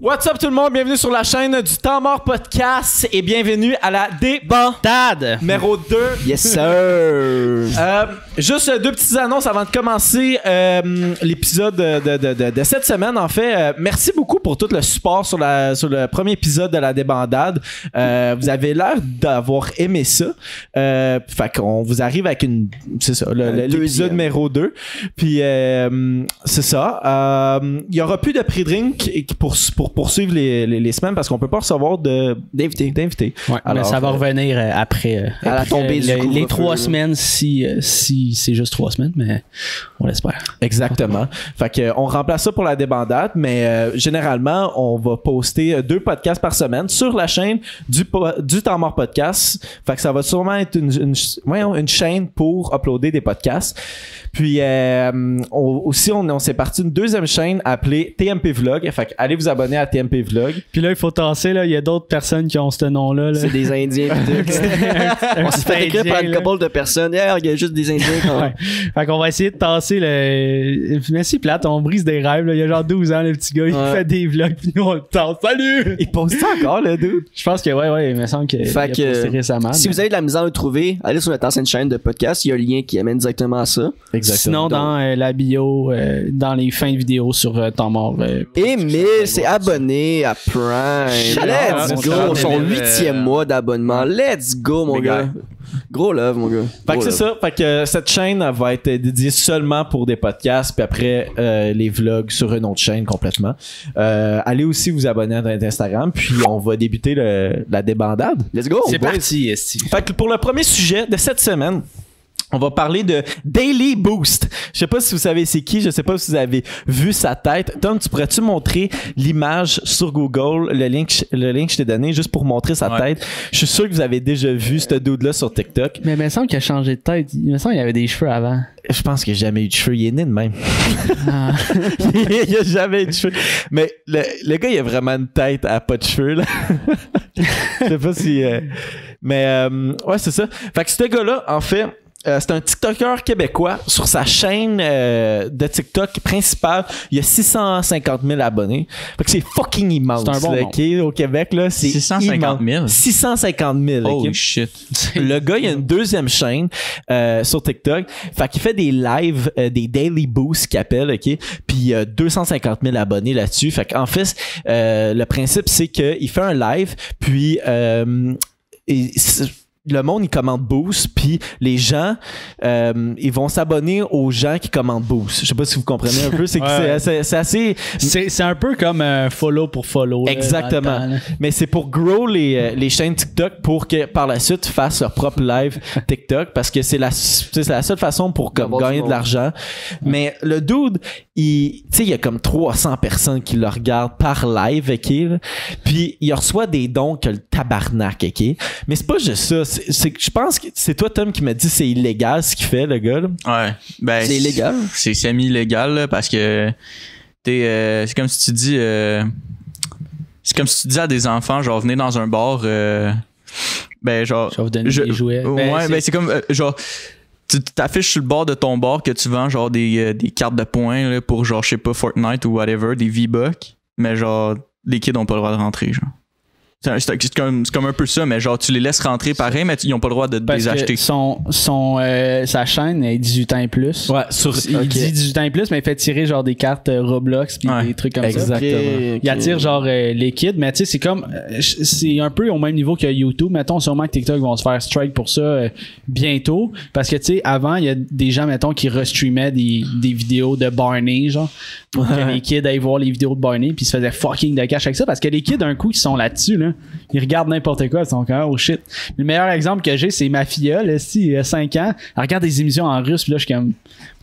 What's up tout le monde? Bienvenue sur la chaîne du Temps Mort Podcast et bienvenue à la débat Tad! numéro 2. Yes, sir! Euh, juste euh, deux petites annonces avant de commencer euh, l'épisode de, de- de- de- de cette semaine. En fait, Euh, merci beaucoup pour tout le support sur, la- sur le premier épisode de la débandade. Euh, vous avez l'air d'avoir aimé ça. Euh, fait qu'on vous arrive avec une. C'est ça, le- Un le- l'épisode deuxième. numéro 2. Puis euh, c'est ça. Euh, Il y aura plus de prix drink pour, pour poursuivre les, les- les semaines parce qu'on peut pas recevoir de D'invité. d'invités. Ouais, Alors, mais ça va euh, revenir euh, après, euh, à la après tombée du le- couvre-feu, les trois là. semaines si, euh, si c'est juste trois semaines, mais on l'espère. Exactement. Fait que euh, on remplace ça pour la débandade, mais euh, généralement on va poster euh, deux podcasts par semaine sur la chaîne du po- du temps mort podcast. Fait que ça va sûrement être une une, ch- voyons, une chaîne pour uploader des podcasts. Puis euh, on- aussi on, on s'est parti une deuxième chaîne appelée TMP Vlog. Fait que allez vous abonner à TMP Vlog. Puis là, il faut tasser, là. Il y a d'autres personnes qui ont ce nom-là. là. C'est des Indiens. pis tout. On s'est fait écrire par une couple de personnes. Hey, Il y a juste des Indiens. quand- Ouais. Fait qu'on va essayer de tasser le. Mais c'est plate, on brise des rêves. Là. Il y a genre 12 ans, le petit gars, il Ouais. fait des vlogs, puis nous, on le tasse. Salut! Ils postent ça encore le dude. Je pense que, ouais, ouais, il me semble que. Fait il a posté que, Ah, récemment. Si mais- vous avez de la misère à le trouver, allez sur notre ancienne chaîne de podcast. Il y a le lien qui amène directement à ça. Sinon, dans euh, la bio, euh, dans les fins de vidéo sur euh, Temps Mort. euh, Emile s'est abonné à Prime. out, Let's mon cher go. Son Emile. huitième mois d'abonnement. Let's go, mon Les gars. gars. Gros love, mon gars. Fait que Gros c'est love. ça. Fait que euh, cette chaîne elle va être euh, dédiée seulement pour des podcasts, puis après euh, les vlogs sur une autre chaîne complètement. Euh, allez aussi vous abonner à notre Instagram, puis on va débuter le- la débandade. Let's go. c'est Oh, boys. parti, Esti. Fait que pour le premier sujet de cette semaine, on va parler de Daily Boost. Je sais pas si vous savez c'est qui, je sais pas si vous avez vu sa tête. Tom, tu pourrais-tu montrer l'image sur Google, le lien que je, le lien que je t'ai donné, juste pour montrer sa tête? Je suis sûr que vous avez déjà vu ce dude-là sur TikTok. Mais il me semble qu'il a changé de tête. Il me semble qu'il avait des cheveux avant. Je pense que j'ai jamais eu de cheveux. Il est né de même. Ah. il a jamais eu de cheveux. Mais le, le gars, il a vraiment une tête à pas de cheveux, là. Je sais pas si. euh, Mais euh, ouais, c'est ça. Fait que ce gars-là, en fait. euh, c'est un TikToker québécois sur sa chaîne euh, de TikTok principale. Il y a 650 000 abonnés. Fait que c'est fucking immense. C'est un bon là, nombre. ok, au Québec, là, c'est 650 000? immense. 650 000. Oh ok. shit. Le gars, il a une deuxième chaîne euh, sur TikTok. Fait qu'il fait des lives, euh, des daily boosts qu'il appelle, OK? Puis euh, 250 000 abonnés là-dessus. Fait qu'en fait, euh, le principe, c'est qu'il fait un live, puis... euh, et c'est- le monde, il commande Boost, puis les gens, euh, ils vont s'abonner aux gens qui commandent Boost. Je sais pas si vous comprenez un peu, c'est que Ouais, c'est- c'est ouais. c'est assez... C'est c'est un peu comme euh, follow pour follow. là, Exactement. dans le temps, là. Mais c'est pour grow les, euh, les chaînes TikTok pour que par la suite fassent leur propre live TikTok parce que c'est la, c'est la seule façon pour comme, D'avoir du gagner de monde. l'argent. Mais le dude, il, tu sais, il y a comme 300 personnes qui le regardent par live, ok? là. Puis il reçoit des dons que le tabarnak, ok? Mais c'est pas juste ça. C'est, c'est que je pense que c'est toi, Tom, qui m'a dit que c'est illégal ce qu'il fait, le gars. là. Ouais. Ben, C'est illégal. C'est semi-légal là, parce que t'es, euh, c'est comme si tu dis euh, c'est comme si tu dis à des enfants genre venez dans un bar euh, ben genre Je vais vous donner je- des jouets. Ouais, Ben, c'est- ben, c'est comme euh, genre tu tu t'affiches sur le bord de ton bar que tu vends genre des, euh, des cartes de points là, pour genre je sais pas Fortnite ou whatever, des V-Bucks, mais genre les kids ont pas le droit de rentrer genre. C'est un- C'est un- c'est comme, c'est comme un peu ça, mais genre tu les laisses rentrer pareil, mais tu- ils ont pas le droit de Parce les acheter. que son, son, euh, sa chaîne est 18 ans et plus. Ouais, sur. Il dit 18 ans et plus, mais il fait tirer genre des cartes euh, Roblox puis Ouais. des trucs comme ça. Exact. Exactement. Ok, ok. Il attire genre euh, les kids, mais tu sais, c'est comme. euh, c'est un peu au même niveau que YouTube. Mettons, sûrement que TikTok vont se faire strike pour ça euh, bientôt. Parce que tu sais, avant, il y a des gens, mettons, qui restreamaient des, des vidéos de Barney, genre. Pour que les kids aillent voir les vidéos de Barney, puis ils se faisaient fucking de cash avec ça. Parce que les kids, d'un coup, ils sont là-dessus, là. Ils regardent n'importe quoi, ils sont comme, oh shit. Le meilleur exemple que j'ai, c'est ma filleule, elle, si, elle a 5 ans, elle regarde des émissions en russe, puis là, je suis comme,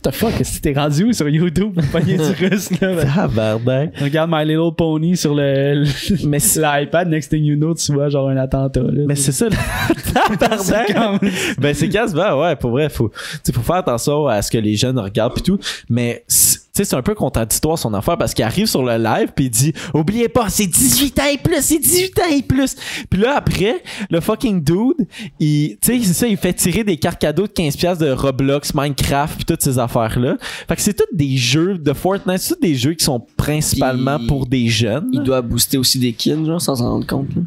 what the fuck, est-ce que t'es rendu où sur YouTube? pour pogner du russe, là. Ben, Tabarnak. Regarde My Little Pony sur le, le- Mais c'est- l'iPad, next thing you know, tu vois genre un attentat. là. Mais c'est ça. là. C'est Ben, Tabarnak. comme- ben c'est quasiment ouais pour vrai faut tu sais, faut faire attention à ce que les jeunes regardent pis tout mais c- sais, c'est un peu contradictoire son affaire parce qu'il arrive sur le live puis il dit Oubliez pas, c'est 18 ans et plus, c'est 18 ans et plus. Puis là, après, le fucking dude, il, tu sais, c'est ça, il fait tirer des cartes cadeaux de 15$ de Roblox, Minecraft, puis toutes ces affaires-là. Fait que c'est tous des jeux de Fortnite, c'est tous des jeux qui sont principalement Puis- pour des jeunes. Il doit booster aussi des kids, genre, sans s'en rendre compte. là.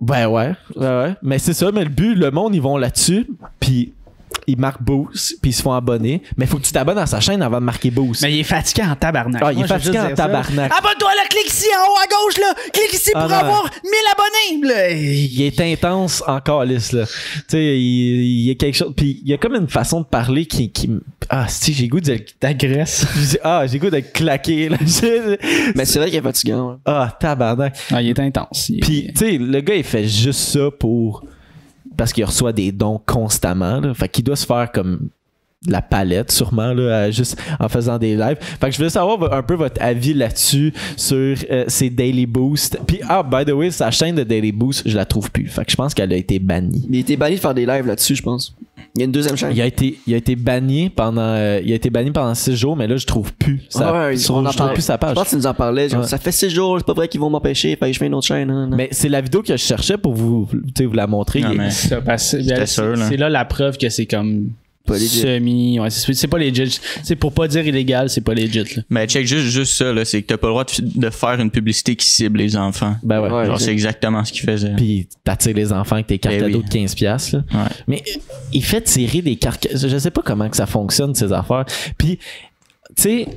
Ben ouais, ouais, ouais. Mais c'est ça, mais le but, le monde, ils vont là-dessus, puis ils marquent boost, puis ils se font abonner. Mais faut que tu t'abonnes à sa chaîne avant de marquer boost. Mais il est fatigué en tabarnak. Ah, il est Moi, je veux fatigué juste en dire ça. tabarnac. Abonne-toi là, clique ici en haut à gauche là, clique ici Ah, pour non. avoir 1000 abonnés. là. Il est intense encore, lisse, là. Tu sais, il, il y a quelque chose. Puis il y a comme une façon de parler qui. qui me- ah, si, j'ai goût de. T'agresses. j'ai- Ah, j'ai goût de claquer, là. J'ai- Mais c'est vrai qu'il est fatigant. ouais. Ah, tabarnak. Ah, il est intense. Il- Puis, tu sais, le gars, il fait juste ça pour. Parce qu'il reçoit des dons constamment. Là. Fait qu'il doit se faire comme de la palette, sûrement, là, à- juste en faisant des lives. Fait que je voulais savoir vo- un peu votre avis là-dessus sur euh, ces Daily Boost. Puis, ah, by the way, sa chaîne de Daily Boost, je la trouve plus. Fait que je pense qu'elle a été bannie. Il était banni de faire des lives là-dessus, je pense. Il y a une deuxième chaîne. Il a été, il a été banni pendant, euh, il a été banni pendant six jours, mais là je trouve plus, sa- Ah ouais, sur- on en je trouve parlait. plus sa Je page. pense qu'il nous en parlait. genre, Ouais. Ça fait 6 jours, c'est pas vrai qu'ils vont m'empêcher. Fait que je fais une autre chaîne. hein, hein. Mais c'est la vidéo que je cherchais pour vous, tu sais, vous la montrer. Non, Il- mais- Ça, parce que- ben, J'étais c'est- sûr, là. C'est là la preuve que c'est comme Pas legit. semi. ouais, c'est c'est pas legit. C'est pour pas dire illégal, c'est pas legit. là. Mais check juste, juste ça, là, c'est que t'as pas le droit de, f- de faire une publicité qui cible les enfants. Ben ouais. Ouais, Genre, c'est- c'est exactement ce qu'ils faisaient. puis t'attires les enfants avec tes cartes Ben oui. cadeaux de 15 pièces Ouais. mais euh, il fait tirer des cartes je sais pas comment que ça fonctionne ces affaires puis tu sais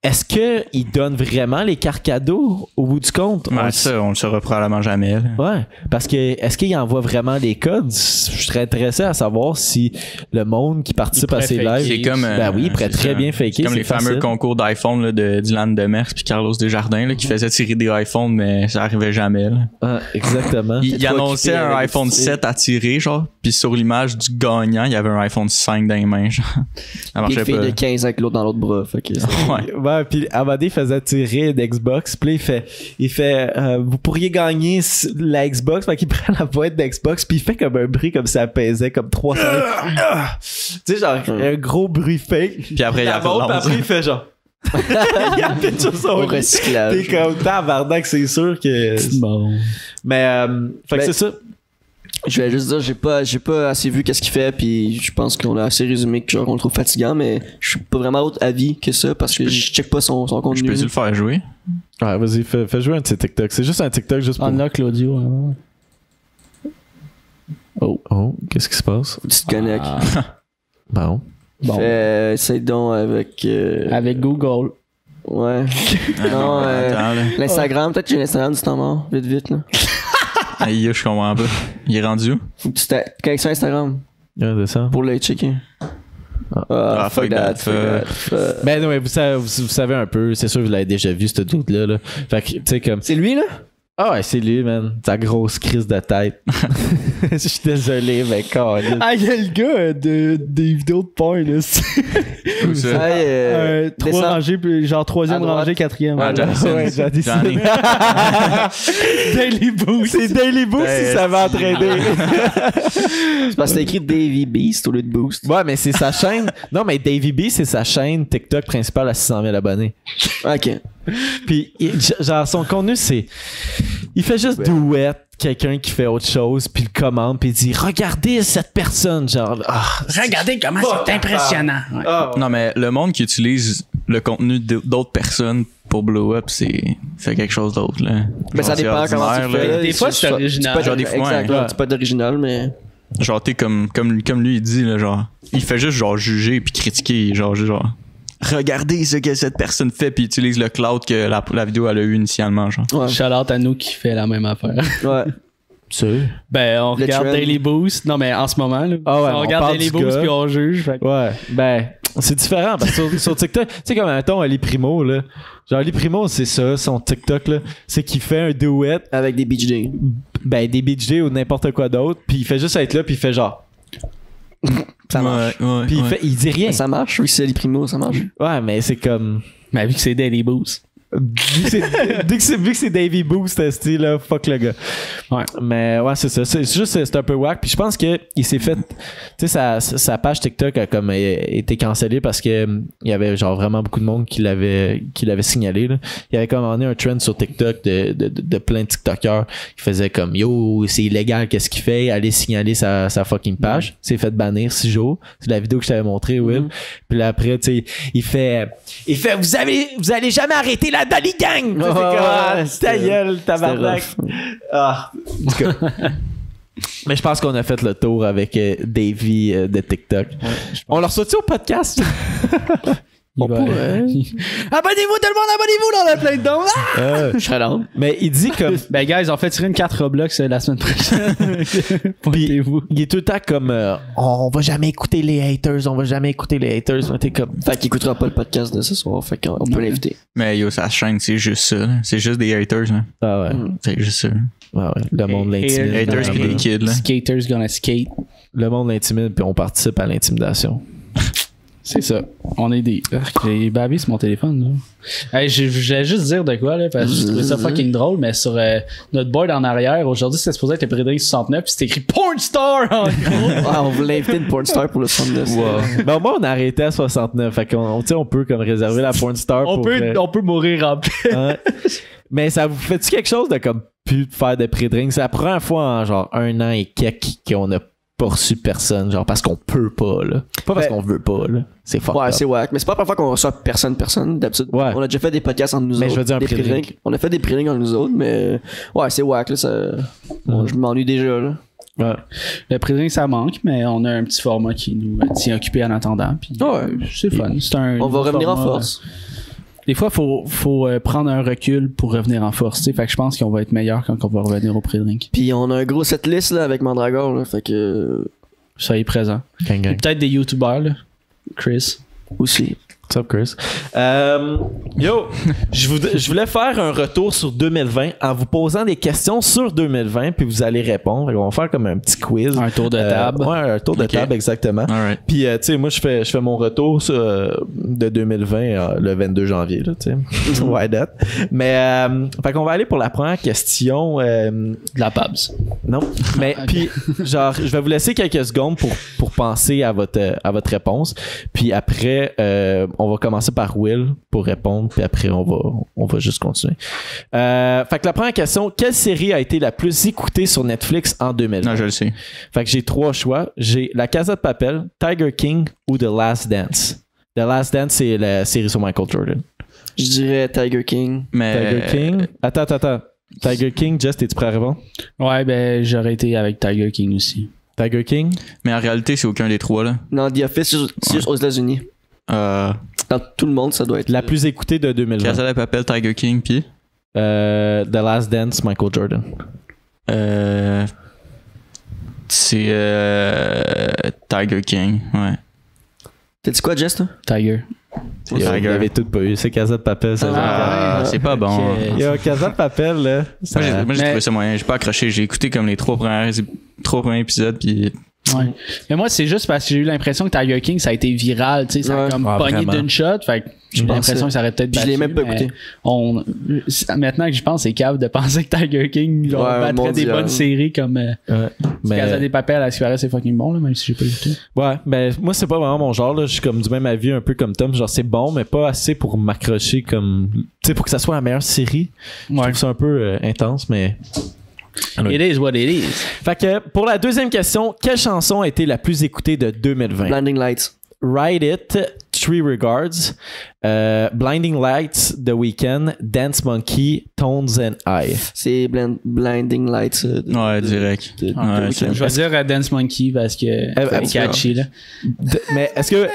est-ce que il donne vraiment les cartes cadeaux au bout du compte On Ouais, le ça, on le saura probablement jamais. là. Ouais, parce que est-ce qu'il envoie vraiment les codes? Je serais intéressé à savoir si le monde qui participe Il à ces pourrait lives. C'est comme. euh, ben oui, il pourrait c'est très ça. bien faker. C'est comme c'est les fameux facile. concours d'iPhone là, de Dylan Demers puis Carlos Desjardins là, qui faisaient tirer des iPhones, mais ça arrivait jamais. Là. Ah, exactement. Il, il trop annonçait occupé un avec iPhone les- 7 à tirer, genre, puis sur l'image du gagnant, il y avait un iPhone 5 dans les mains, genre. Ça Puis une marchait fille pas. de 15 avec l'autre dans l'autre bras. Fait que c'est- Ouais. Ouais, puis Amadé faisait tirer une Xbox, puis là, il fait, il fait euh, vous pourriez gagner s- la Xbox, fait qu'il prend la boîte d'Xbox, puis il fait comme un bruit comme ça pesait comme 300. Ah! tu sais genre un gros bruit fake. Puis après, il y La avait montre, puis l'onde. après il fait genre il a fait sur son Au lit. T'es recyclage. comme tabarnak, c'est sûr que Bon. mais euh, fait que Ben, c'est ça. Je vais juste dire, j'ai pas, j'ai pas assez vu qu'est-ce qu'il fait, puis je pense qu'on a assez résumé que genre on le trouve fatigant, mais je suis pas vraiment autre avis que ça parce que je check pas son, son Je contenu. peux-tu le faire jouer? Ouais, vas-y, fais, fais jouer un petit TikTok. C'est juste un TikTok juste pour Unlock l'audio. hein. Oh, qu'est-ce qui se passe Bah, Tu te connectes. Ah, Bon. bon. Ah. Euh, essaye donc avec. euh, Avec Google. Ouais. Non, euh, Attends, là. L'Instagram, peut-être que j'ai l'Instagram du temps mort, vite, vite, là. Aïe, je comprends pas. Il est rendu où? Faut que tu t'a- connexion Instagram Ouais, c'est ça. pour le checker. Ah, Ah, fuck that, fuck. fuck that. Ben non, mais vous savez, vous, vous savez un peu, c'est sûr que vous l'avez déjà vu, ce dude-là. Là. Fait que, tu sais, comme. C'est lui, là? Ah ouais, c'est lui, man. Sa grosse crise de tête. Je suis désolé, mais quand Ah, il y a le gars de, des vidéos de porn. Là. Où ça? Ouais, euh, descends. rangées, puis genre À droite. quatrième. Ah, Jackson. Ouais, j'ai décidé. Johnny. Daily Boost. C'est Daily Boost Ben, si ça va entraîner. C'est parce que t'as écrit Davy Beast au lieu de Boost. ouais, mais c'est sa chaîne. Non, mais Davy B, c'est sa chaîne TikTok principale à 600 000 abonnés. Ok. Puis, il- g- genre, son contenu, c'est. Il fait juste duet quelqu'un qui fait autre chose, puis il commande, puis il dit Regardez cette personne. Genre, ah, Regardez comment c'est impressionnant. Ouais. Non, mais le monde qui utilise le contenu d'au- d'autres personnes pour blow up, c'est fait quelque chose d'autre. là. Mais ça Genre, c'est dépend comment tu ordinaire, le fais. là. là. Des fois, c'est original. pas Genre, des fois, exact, ouais. là, C'est pas d'original, mais. Genre, t'es comme, comme, comme lui, il dit, là, genre, il fait juste, genre, juger puis critiquer, genre, juste, genre, regardez ce que cette personne fait puis il utilise le cloud que la, la vidéo, elle a eu initialement, genre. Ouais. Shout out à nous qui fait la même affaire. ouais. tu Ben, on Le regarde trend. Daily Boost. Non, mais en ce moment, là, Ah ouais, on on regarde parle Daily du Boost gars. puis on juge. fait que- Ouais, ben, c'est différent parce que sur, sur TikTok, tu sais, comme un ton, Ali Primo, là. Genre, Ali Primo, c'est ça, son TikTok, là. C'est qu'il fait un duet, Avec des Beach Day. ben, des BJ ou n'importe quoi d'autre, puis il fait juste être là, puis il fait genre. Ça marche. Ouais, ouais, Puis il, ouais. fait, il dit rien. Ça marche, oui, c'est les primo, ça marche. Ouais, mais c'est comme. Mais vu que c'est Daily Boost. Vu que c'est- dès que c'est- vu que c'est Davy Boost, euh, c'est là, fuck le gars. Ouais. Mais ouais, c'est ça. C'est c'est juste, c'est un peu whack. Puis je pense que il s'est fait. Tu sais, sa, sa page TikTok a comme euh, été cancellée parce que hum, il y avait genre vraiment beaucoup de monde qui l'avait qui l'avait signalé. là. Il y avait comme un trend sur TikTok de, de, de- de plein de TikTokers qui faisaient comme Yo, c'est illégal, qu'est-ce qu'il fait? Allez signaler sa, sa fucking page. C'est fait bannir six jours. C'est la vidéo que je t'avais montrée, Will. Mm-hmm. Puis là, après, tu sais, il fait Il fait Vous avez vous allez jamais arrêter la Dali Gang! Tu sais, c'est comme, Ouais, Ah, ouais, ta c'était- gueule, tabarnak! rough. Ah. En tout cas. Mais je pense qu'on a fait le tour avec euh, Davy euh, de TikTok. on leur sortit au podcast. Il va- abonnez-vous tout le monde, abonnez-vous dans la play down. Je serais là. Ah! Mais il dit comme Ben, guys, on fait tirer une carte Roblox euh, la semaine prochaine. Pointez-vous. il est tout le temps comme euh, on va jamais écouter les haters, on va jamais écouter les haters. Mais t'es comme Fait qu'il écoutera pas le podcast de ce soir. Fait qu'on peut l'inviter. Mais yo, sa chaîne, c'est juste ça. là. C'est juste des haters. là. ah ouais, C'est juste ça. ah ouais. le monde Et- l'intimide. et- Hmm. Haters qui ouais. des kids. Là. Skaters gonna skate. Le monde l'intimide puis on participe à l'intimidation. C'est ça. On est des. Arc, J'ai bavé sur mon téléphone, là. Hey, j'ai- je voulais juste dire de quoi, là, parce que je trouvais ça fucking drôle, mais sur euh, notre board en arrière, aujourd'hui, c'était supposé être le Prédric 69, puis c'était écrit Pornstar en gros. Ah, on voulait inviter une porn star pour le son de ça. ben au moins on a arrêté à 69. Fait qu'on on, tu sais, on peut comme réserver la porn star. on, pour, peut, euh, on peut mourir en paix. Ouais. Mais ça vous fait-tu quelque chose de comme plus de faire de pré-drink? C'est la première fois en genre un an et quelques qu'on n'a pas reçu personne, genre parce qu'on peut pas, là. Pas parce Ben- qu'on veut pas, là. C'est fort. Ouais, c'est whack. Mais c'est pas la première fois qu'on reçoit personne, personne. D'habitude, Ouais. on a déjà fait des podcasts entre nous Mais autres. je veux dire un des pré-drink. pré-drink. On a fait des pré-drinks entre nous autres, mais ouais, c'est whack. Là, ça... Bon, je m'ennuie déjà. Là. Le Prédric, ça manque, mais on a un petit format qui nous euh, tient occupés en attendant, puis euh, c'est fun. C'est un. On va revenir en format, force. euh, Des fois, faut, faut euh, prendre un recul pour revenir en force, tu sais. Fait que je pense qu'on va être meilleur quand on va revenir au Prédric. Puis on a un gros setlist là, avec Mandragore. Là, fait que. Soyez présents. Gang, Et gang. Peut-être des YouTubers, là. Chris. Aussi. What's up, Chris? Euh, yo, je voudrais- je voulais faire un retour sur 2020 en vous posant des questions sur 2020, puis vous allez répondre. On va faire comme un petit quiz. Un tour de Euh, table. ouais, un tour de Ok. table, exactement. Alright. Puis, euh, tu sais, moi, je fais, je fais mon retour sur, euh, de 2020 euh, le 22 janvier, là, tu sais. Mhm. Why that? Mais, euh, fait qu'on va aller pour la première question. euh, De la Pabs. non. Mais, puis, genre, je vais vous laisser quelques secondes pour, pour penser à votre, euh, à votre réponse. Puis après, euh, on va commencer par Will pour répondre. Puis après, on va, on va juste continuer. Euh, fait que la première question, quelle série a été la plus écoutée sur Netflix en 2020? Non, je le sais. Fait que j'ai trois choix. J'ai La Casa de Papel, Tiger King ou The Last Dance. The Last Dance, c'est la série sur Michael Jordan. Je dirais Tiger King. Mais. Tiger King. Attends, attends, attends. Tiger King, Just, es-tu prêt à répondre? Ouais, ben j'aurais été avec Tiger King aussi. Tiger King. Mais en réalité, c'est aucun des trois. là. Non, The Office, c'est juste- c'est juste aux États-Unis. Euh, Dans tout le monde, ça doit être. La plus écoutée de 2020. Casa de Papel, Tiger King, puis. Euh, The Last Dance, Michael Jordan. Euh, c'est euh, Tiger King, ouais. T'as dit quoi, Jess, toi? Tiger. Vous l'avez toutes pas eu. C'est Casa de Papel. c'est Ah, ouais. c'est pas bon. Ok. genre- Yo, Casa de Papel, là. ça- Moi, j'ai- Moi, j'ai Mais- trouvé ça moyen. J'ai pas accroché. J'ai écouté comme les trois premiers, trois premiers épisodes, puis Ouais. Mais moi, c'est juste parce que j'ai eu l'impression que Tiger King, ça a été viral, tu sais, ça a Ouais. comme Ah, pogné vraiment. d'une shot. Fait que j'ai pense l'impression ça. que ça aurait peut-être Puis je battu, l'ai même pas mais écouté. On... Maintenant que je pense, c'est cave de penser que Tiger King genre, Ouais, battrait des mondial. bonnes séries comme euh, Ouais, Casa des Papel à Suarez, c'est fucking bon, là, même si j'ai pas écouté. Ouais, mais moi, c'est pas vraiment mon genre. Là. Je suis comme du même avis, un peu comme Tom. Genre, c'est bon, mais pas assez pour m'accrocher comme. Tu sais, pour que ça soit la meilleure série. Je Ouais. trouve ça un peu euh, intense, mais. It is what it is. Fait que pour la deuxième question, quelle chanson a été la plus écoutée de 2020 Blinding Lights. Ride It, Three Regards, euh, Blinding Lights, The Weeknd, Dance Monkey, Tones and I. C'est Blind- Blinding Lights. euh, de- ouais, direct. de- de- Ouais, de- c'est- de- Je vais dire euh, Dance Monkey parce que c'est absolument. catchy, là. De- mais est-ce que.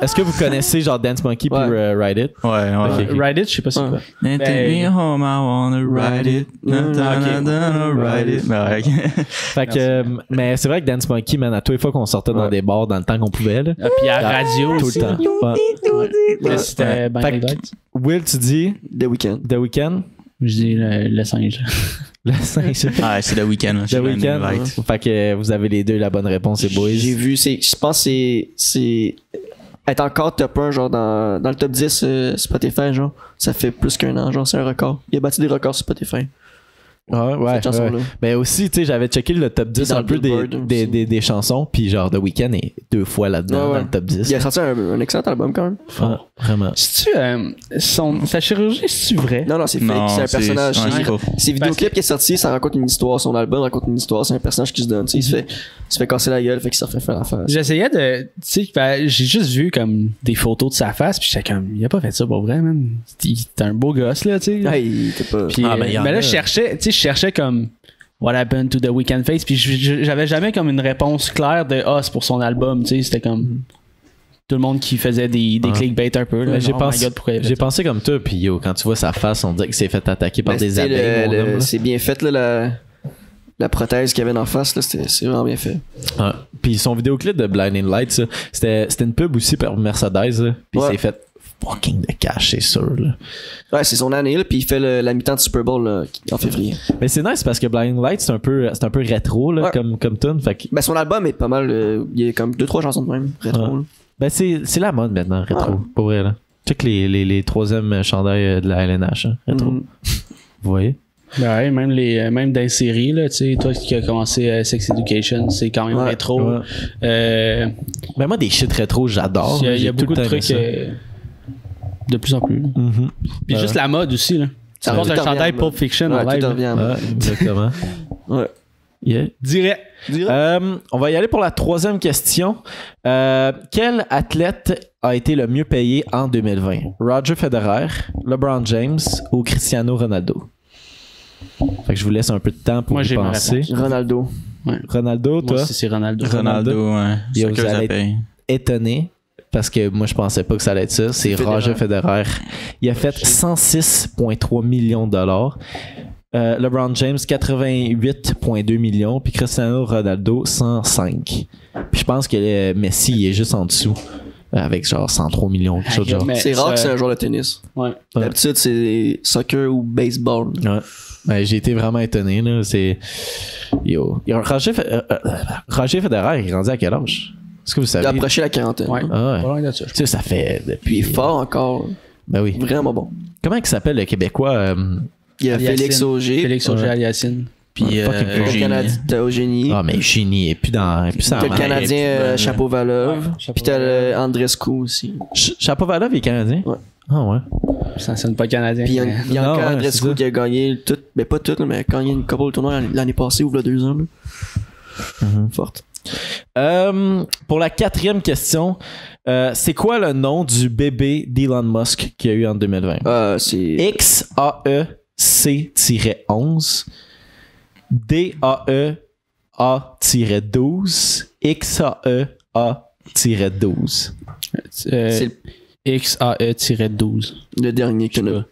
Est-ce que vous connaissez genre Dance Monkey pour euh, Ouais. Ride It Ouais, ouais. Ok. Ride It, je sais pas c'est Ouais. quoi. And take me Ben- home, I wanna ride it. Na, na, na, na, na, ride it. Ben, Ouais, ok. Fait que, euh, mais c'est vrai que Dance Monkey, man, à toutes les fois qu'on sortait dans Ouais. des bars dans le temps qu'on pouvait, là, Ah, puis à la Ah, radio tout aussi, le là. temps. Ouais. Ouais. Mais C'était Blinding Fait que- Lights. Will, tu dis The Weeknd. The Weeknd? Je dis le, le singe. Le singe. Ah, Ouais, c'est The Weeknd. là, The c'est Weeknd. euh, Blinding Lights. Fait que vous avez les deux la bonne réponse, les boys. J'ai vu, c'est, je pense que c'est, c'est être encore top 1, genre dans, dans le top 10 euh, Spotify, genre, ça fait plus qu'un an, genre, c'est un record. Il a battu des records sur Spotify, Ah, ouais, cette chanson-là. ouais. Mais aussi, tu sais, j'avais checké le top 10 dans un peu des, Billboard des, aussi. des, des chansons, puis genre The Weeknd est deux fois là-dedans Ouais, ouais. dans le top 10. Il a sorti un, un excellent album quand même. Ouais, vraiment. C'est-tu, euh, son, sa chirurgie, c'est-tu vrai? Non, non, c'est fake, c'est un personnage. ouais, C'est- c'est faux. C'est vidéoclip qui est sorti, ça raconte une histoire, son album raconte une histoire, c'est un personnage qui se donne, tu sais, il se fait, il se fait casser la gueule, fait qu'il se refait faire la face. J'essayais de. Tu sais, ben, j'ai juste vu comme des photos de sa face, puis j'étais comme, il a pas fait ça pour vrai, man. Il est un beau gosse, là, tu sais. Ah, il était pas. Puis, Ah, ben, euh, y en ben là, a. je cherchais, tu sais, je cherchais comme What happened to the weekend face, puis je- je- j'avais jamais comme une réponse claire de Ah, c'est pour son album, tu sais, c'était comme tout le monde qui faisait des, des Ah. clickbait un peu. là, Mais j'ai genre, Oh my pensé- God, pourquoi il a fait J'ai ça? pensé comme toi, puis yo, quand tu vois sa face, on dirait qu'il s'est fait attaquer par Mais des ben, c'était abeilles. le- mon le- homme, là. C'est bien fait, là, la, la prothèse qu'il y avait en face, là, c'était- c'est vraiment bien fait. Ouais. Puis son vidéoclip de Blinding Lights, là, c'était c'était une pub aussi par Mercedes, là. puis Ouais. il s'est fait fucking de cash, c'est sûr. là. Ouais, c'est son année, là, puis il fait le- la mi-temps du Super Bowl, là, en février. Mais c'est nice parce que Blinding Lights, c'est un peu, c'est un peu rétro là, Ouais. comme, comme tune. Fait que, Ben, son album est pas mal, euh, il y a comme deux trois chansons de même, Ah. rétro, Ouais. là. ben c'est c'est la mode maintenant, rétro, Ouais. pour vrai. Là. Check les, les, les troisièmes chandails euh, de la LNH, hein, rétro. Mhm. Vous voyez? Ben ouais, même, les, euh, même dans les séries, là, tu sais, toi qui as commencé euh, Sex Education, c'est quand même Ouais. rétro. Ouais. Euh, Ben moi, des shit rétro, j'adore. il y a, là, il y a Oh, j'ai tout beaucoup le de temps aimé trucs ça. euh, de plus en plus. Mhm. Puis Ouais. juste la mode aussi, là. Ça Ouais, pense tout un revient à chandail la mode. Pulp Fiction en Ah, Ouais, live. tout là. revient. à moi. Ouais, exactement. Ah. Ouais. Yeah. Direct. Euh, on va y aller pour la troisième question. Euh, quel athlète a été le mieux payé en 2020 Roger Federer, LeBron James ou Cristiano Ronaldo Fait que je vous laisse un peu de temps pour Moi, y j'ai ma penser. Ronaldo. Ronaldo, toi, Moi, c'est- c'est Ronaldo. Ronaldo, ouais. Et C'est vous que ça allez- paye. étonné parce que moi je pensais pas que ça allait être ça. C'est Federer. Roger Federer. Il Ah, a fait 106,3 millions de dollars. Euh, LeBron James 88,2 millions puis Cristiano Ronaldo 105. Puis je pense que euh, Messi il est juste en dessous euh, avec genre 103 millions quelque chose de genre. Mais C'est rare ça- que c'est un joueur de tennis. Ouais. D'habitude, c'est soccer ou baseball. Ouais. Ouais, j'ai été vraiment étonné là, c'est yo. Il y a un Roger, Fe- euh, euh, Roger Federer, il est rendu à quel âge Est-ce que vous Il savez a approché la quarantaine. Ah, Ouais. Ah ouais. Pas loin de ça. Tu sais, ça fait Puis depuis il est fort encore. Ben oui. Vraiment bon. Comment il s'appelle le Québécois euh, Il y a Ah, Yacine. Félix Auger. Félix Auger Aliassine. Puis, fucking euh, gros T'as le Eugénie. Canadien, t'as Eugénie. Ah, mais Chini est plus dans. est Plus T'as le dans Canadien Ouais, euh, ouais. Chapeau Valov. Ouais, Chapeau Puis t'as le Andrescu aussi. Ch- Chapovalov est Canadien? Ouais. Ah, ouais. Ça sonne pas canadien. Puis il y a, mais- il y a Non, encore ouais, c'est ça. Andrescu qui a gagné tout, mais pas tout, là, mais a gagné une couple de tournois l'année- l'année passée ou il y a deux ans. là. Forte. Euh, pour la quatrième question, euh, c'est quoi le nom du bébé d'Elon Musk qu'il y a eu en 2020? Ah, c'est. E XAEC-11, E DAEA-12, E XAEA-12. Euh, C'est le- XAE-12. le dernier que t'as nommé.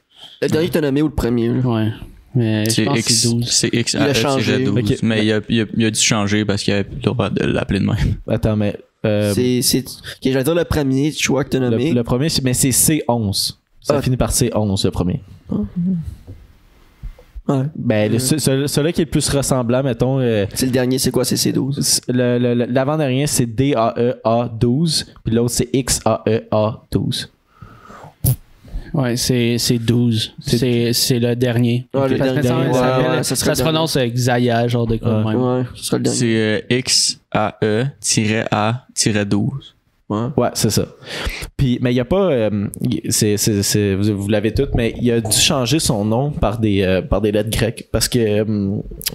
Le dernier que t'as nommé ou le premier. là. Ouais. Mais je C'est pense que X, c'est 12. c'est X, E Il a changé. 12 Ok. Mais il a, il, a, il a dû changer parce qu'il avait plus le droit de l'appeler de même. Attends, mais. euh, C'est. c'est- Ok, je vais dire le premier choix que t'as nommé. le, le premier, c'est- mais c'est C11. Ça Ah. finit par C11, le premier. Ouais. Ben, le- ce- ce- celui-là qui est le plus ressemblant, mettons, euh, C'est le dernier, c'est quoi C'est C12. s- le- le- le- l'avant-dernier, c'est DAEA12, puis l'autre, c'est E XAEA12. Ouais, c'est c'est 12. C'est c'est le dernier. Ouais, le Parce que dernier. Ça, ça Ouais, s'appelle- ouais, ça ça, serait le se prononce euh, Xaya, genre de quoi de même. Ouais, ce sera le dernier. C'est euh, E, XAE-A-12. Ouais. Ouais, c'est ça. Puis, mais il n'y a pas. euh, y- c'est, c'est- c'est- vous vous l'avez tout, mais il a dû changer son nom par des, euh, par des lettres grecques parce que euh,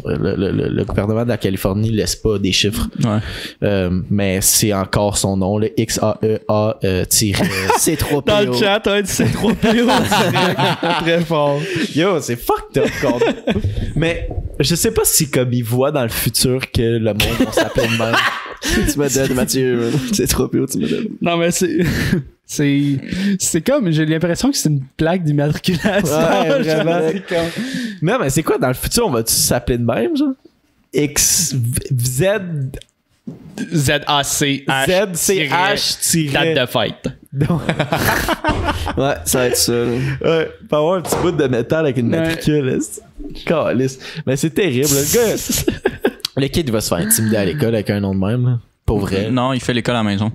le, le- le- le gouvernement de la Californie laisse pas des chiffres. Ouais. Euh, mais c'est encore son nom, le XAEA-. euh, tiret- C'est 3 Dans le chat, ouais, c'est 3 Très fort. Yo, c'est fucked up, Gordon. Mais je sais pas si, comme il voit dans le futur que le monde, on s'appelle de même. tu me donnes, Mathieu. C'est trop haut, tu me donnes. Non, mais c'est. C'est c'est comme, j'ai l'impression que c'est une plaque d'immatriculation. Ouais, vraiment. C'est comme- Non, mais c'est quoi, dans le futur, on va-tu s'appeler de même, genre? X, V- Z, Z-A-C-H. Z, C, H, Date tiret. de fête. Non. Ouais, ça va être ça. là. Ouais, faut avoir un petit bout de métal avec une Ouais. matricule, est-ce? Calisse. Mais c'est terrible, le gars. le kid va se faire intimider à l'école avec un nom de même, là. Pour vrai. Non, il fait l'école à la maison.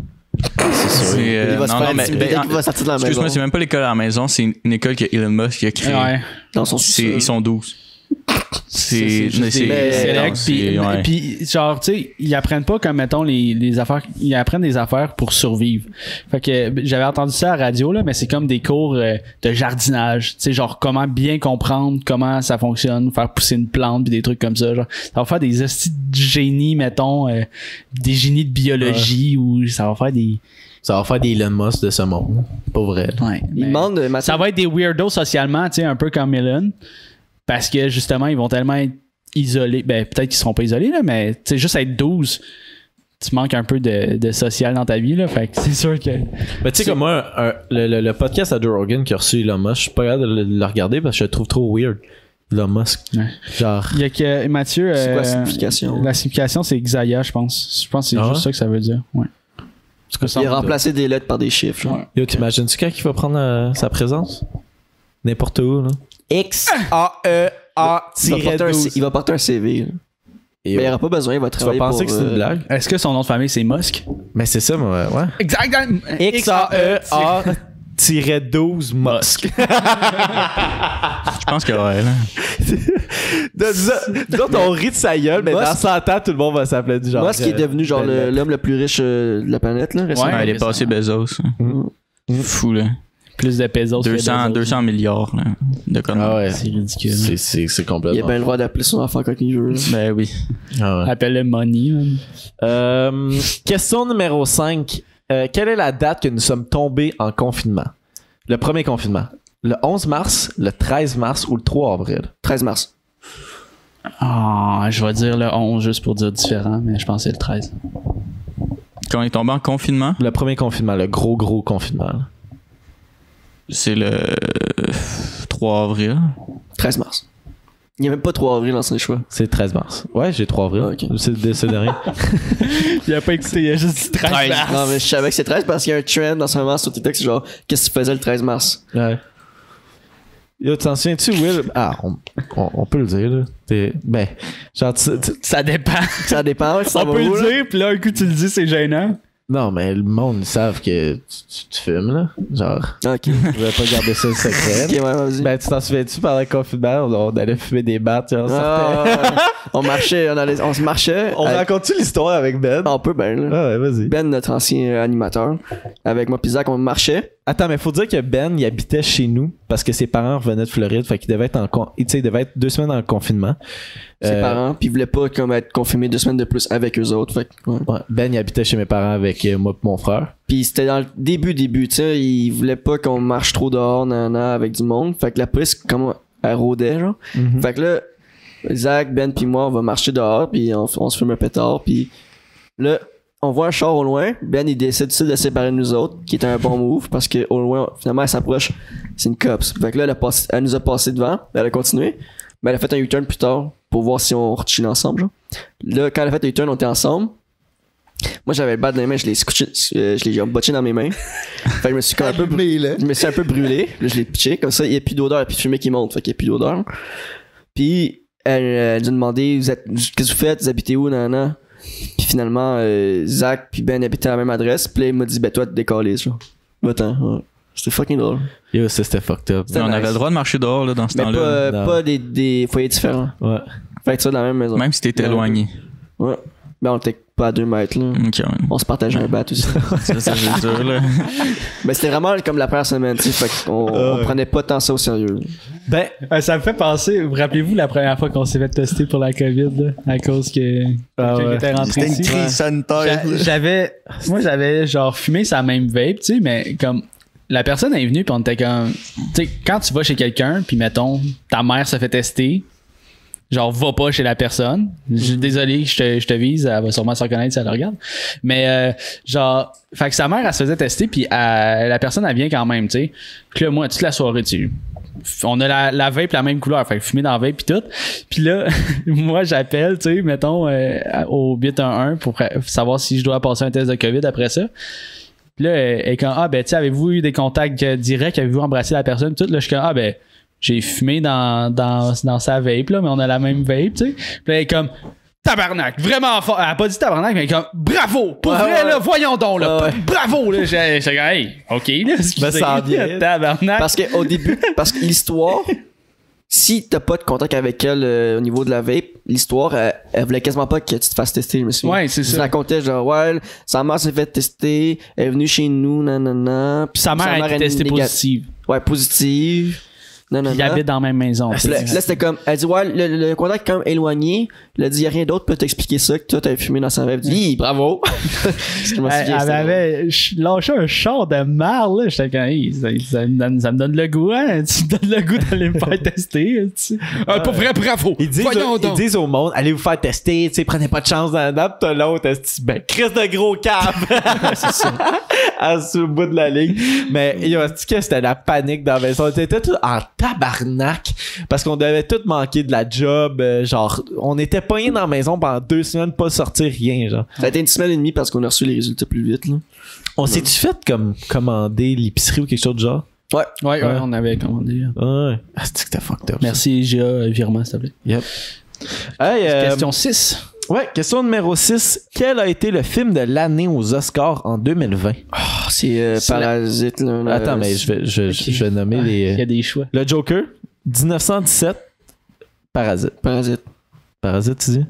c'est sûr. C'est, euh, il va se non, faire non, mais- intimider ben, dès qu'il va sortir de la maison. Excuse-moi, c'est même pas l'école à la maison, c'est une- une école que Elon Musk a créée. Ouais. Dans son C'est- Ils sont 12. C'est. juste mais des- mais- c'est- non, Select, Euh, puis, c'est- ouais. puis, genre, tu sais, ils apprennent pas comme, mettons, les, les affaires, ils apprennent des affaires pour survivre. Fait que euh, j'avais entendu ça à la radio, là, mais c'est comme des cours euh, de jardinage. Tu sais, genre, comment bien comprendre comment ça fonctionne, faire pousser une plante, puis des trucs comme ça. Genre, ça va faire des hosties de génies, mettons, euh, des génies de biologie, ou ça va faire des. Ça va faire des Elon Musk de ce monde. Pas vrai. Ouais. Il mais- demande euh, Mathieu, ça va être des weirdos socialement, tu sais, un peu comme Elon. Parce que justement, ils vont tellement être isolés. Ben, peut-être qu'ils seront pas isolés, là, mais tu sais, juste être 12, tu manques un peu de, de social dans ta vie, là. Fait que c'est sûr que. Mais tu sais, comme moi, un- le, le- le podcast à Joe Rogan qui a reçu Elon Musk, je suis pas capable de le, de le regarder parce que je le trouve trop weird. Elon Musk. Ouais. Genre. Il y a que Mathieu. C'est quoi euh, la simplification? La simplification, c'est Xaya, je pense. Je pense que c'est Ah ouais? juste ça que ça veut dire. Ouais. il a remplacé des lettres par des chiffres. genre. Yo, t'imagines-tu quand il va prendre euh, sa présence? N'importe où, là. X, A, E, A, Il va, porter un, C- il va porter un CV. là. Et Mais il ouais. aura pas besoin, il va Tu vas travailler penser que pour, c'est euh, une blague? Est-ce que son nom de famille, c'est Musk? Mais c'est ça, moi, ouais. Exactement. E. E. XAE-A-12 Musk. Je pense que ouais. là. Donc, on rit de sa gueule, mais Musk- dans 100 ans, tout le monde va s'appeler du genre. Musk est devenu genre le- l'homme le plus riche euh, de la planète là, récemment. Ouais, Ouais, il est récemment. passé Bezos. hein. Mm. Fou, là. Plus de pesos. que 200, Bezos. 200 milliards là, de conneries. Ah ouais. C'est ridicule. C'est- C'est c'est Il a complètement. bien le droit d'appeler son enfant quand il veut. là. Ben oui. Ah ouais. Appelle-le Money. man. Euh, question numéro 5. quelle est la date que nous sommes tombés en confinement? Le premier confinement. Le 11 mars, le 13 mars ou le 3 avril? 13 mars. Ah, je vais dire le 11 juste pour dire différent, mais je pense que c'est le 13. Quand on est tombé en confinement, Le premier confinement, le gros, gros confinement. là. c'est le euh, 3 avril. 13 mars. Il n'y a même pas 3 avril dans ses choix. C'est le 13 mars. Ouais, j'ai 3 avril. Ah, ok. C'est le c'est le dernier. Il a pas écouté, il a juste dit 13. Non, mais je savais que c'est 13 parce qu'il y a un trend en ce moment sur TikTok, c'est genre, qu'est-ce que tu faisais le 13 mars? Ouais. Yo, t'en souviens-tu, Will? Ah, on, on- on peut le dire, là. T'es- ben, genre, tu- tu- Ça dépend. Ça dépend, ça va où, là? dire, puis là, un coup, tu le dis, c'est gênant. non, mais le monde, ils savent que tu, tu- tu fumes, là. Genre, Ok. je vais pas garder ça le Ok, secret. ouais, vas-y. Ben, tu t'en souviens-tu pendant le confinement, on, on allait fumer des battes, genre, on sortait. Ah, on marchait, on, allait, on se marchait. On avec- raconte-tu l'histoire avec Ben? on peut bien, là. Ah ouais, vas-y. Ben, notre ancien euh, animateur, avec moi pis Zach, on marchait. Attends, mais faut dire que Ben, il habitait chez nous parce que ses parents revenaient de Floride, fait qu'il devait être en con- tu sais, il devait être deux semaines en confinement. Ses Euh, parents, puis ils voulaient pas comme être confirmés deux semaines de plus avec eux autres. Fait que, ouais. ouais, Ben, il habitait chez mes parents avec euh, moi et mon frère. Puis c'était dans le début, début, tu sais, ils voulaient pas qu'on marche trop dehors, nanana, avec du monde. Fait que la police, comme, elle rôdait, genre. Fait que là, Zach, Ben puis moi, on va marcher dehors, puis on, on se fume un pétard, puis là, on voit un char au loin. Ben, il décide aussi de se séparer de nous autres, qui est un bon move, parce que au loin, finalement, elle s'approche. C'est une cops. Fait que là, elle, a passé- elle nous a passé devant, ben, elle a continué, mais elle a fait un U-turn plus tard pour voir si on rechine ensemble. Genre. Là, quand elle a fait un U-turn, on était ensemble. Moi, j'avais le bas dans les mains, je l'ai scotché- euh, je l'ai botché dans mes mains. Fait que je me suis comme un peu je me suis un peu brûlé. Là, je l'ai pitché. Comme ça, il n'y a plus d'odeur, il n'y a plus de fumée qui monte. Fait qu'il n'y a plus d'odeur. Puis, elle, euh, elle nous a demandé vous êtes- Qu'est-ce que vous faites Vous habitez où Nanana. Puis finalement, euh, Zach puis Ben habitaient à la même adresse. Puis là, il m'a dit Ben, toi, te décoller, genre. Va-t'en. Ouais. C'était fucking drôle. Yo, ça, c'était fucked up. C'était on nice. avait le droit de marcher dehors là, dans ce Mais pas, temps-là. euh, non. pas des, des foyers différents. Ouais. Fait que tu sois dans la même maison. Même si t'étais Non. éloigné. Ouais. Ben, on était pas à deux mètres, là. Ok, ouais. On se partageait un bat aussi. ça, ça, c'est sûr, là. Mais c'était vraiment comme la première semaine, tu sais. Fait qu'on on prenait pas tant ça au sérieux. là. Ben, Euh, ça me fait penser, vous rappelez-vous la première fois qu'on s'est fait tester pour la COVID, là, à cause que Ah quelqu'un ouais. était rentré ici? sanitaire. J'a- J'avais, moi, j'avais genre fumé sa même vape, tu sais, mais comme la personne est venue, puis on était comme, tu sais, quand tu vas chez quelqu'un, puis mettons, ta mère se fait tester, genre, va pas chez la personne. Je- Désolé, je te, je te vise, elle va sûrement se reconnaître si elle le regarde. Mais euh, genre, fait que sa mère, elle se faisait tester, puis elle- la personne, elle vient quand même, tu sais. Puis là, moi, toute la soirée, tu on a la, la vape la même couleur, fait que fumer dans la vape puis tout. Puis là, moi j'appelle, tu sais, mettons euh, au 811 pour savoir si je dois passer un test de Covid après ça. Puis là, elle elle est comme ah ben tu sais, avez-vous eu des contacts euh, directs, avez-vous embrassé la personne tout là je suis comme ah ben j'ai fumé dans, dans, dans sa vape là, mais on a la même vape, tu sais. Puis là, elle est comme tabarnak, vraiment fort. Elle a pas dit tabarnak, mais comme bravo, pour Ouais, vrai, ouais. là, voyons donc, là, Ouais, ouais. bravo, là. J'ai j'ai comme, hey, ok, là, excusez, ça vient. Tabarnak. Parce qu'au début, parce que l'histoire, si t'as pas de contact avec elle euh, au niveau de la vape, l'histoire, elle, elle voulait quasiment pas que tu te fasses tester, je me souviens. Ouais, c'est Je ça. racontais genre, ouais, sa mère s'est fait tester, elle est venue chez nous, nanana. Puis Sa mère a été elle est testée néga- positive. Ouais, positive. Nanana. Il habite dans Hein? la même maison. Puis Là, là, c'était comme, elle dit, ouais, le, le contact est quand même éloigné. Il a dit, y a rien d'autre peut t'expliquer ça que toi, t'avais fumé dans sa vape. Il dit, Hi, bravo. Ce qui m'a Elle, souvié, elle c'était- avait ch- lâché un char de marre, là. J'étais comme, hey, ça, ça me donne, ça me donne le goût, hein. Tu me donnes le goût d'aller me faire tester, hein, tu sais. Ah, pour vrai, bravo. Ils disent, Voyons ils donc. disent au monde, allez vous faire tester, tu sais, prenez pas de chance dans la pis t'as l'autre, esti, ben, Chris de gros cave! à ce bout de la ligne. Mais, yo, esti que c'était la panique dans la maison. On était tous en tabarnak parce qu'on devait tout manquer de la job. euh, genre, on était pognés dans la maison pendant deux semaines, pas sortir rien, genre. Ça a été une semaine et demie parce qu'on a reçu les résultats plus vite, là. On s'est-tu fait comme commander l'épicerie ou quelque chose de genre? Ouais, ouais, on avait commandé. hein. là. Ouais. Esti que c'était fucked up. Merci, GA, virement, s'il te plaît. Hey, euh, Question 6. ouais, question numéro 6. Quel a été le film de l'année aux Oscars en 2020? Ah, c'est euh, C'est la- parasite, là. là, Attends, mais c'est- je vais, je, je- Ok. je vais nommer Ah, Il y les. euh, a des euh, choix. Le Joker, 1917, Parasite. Parasite. Parasite, tu dis Moi,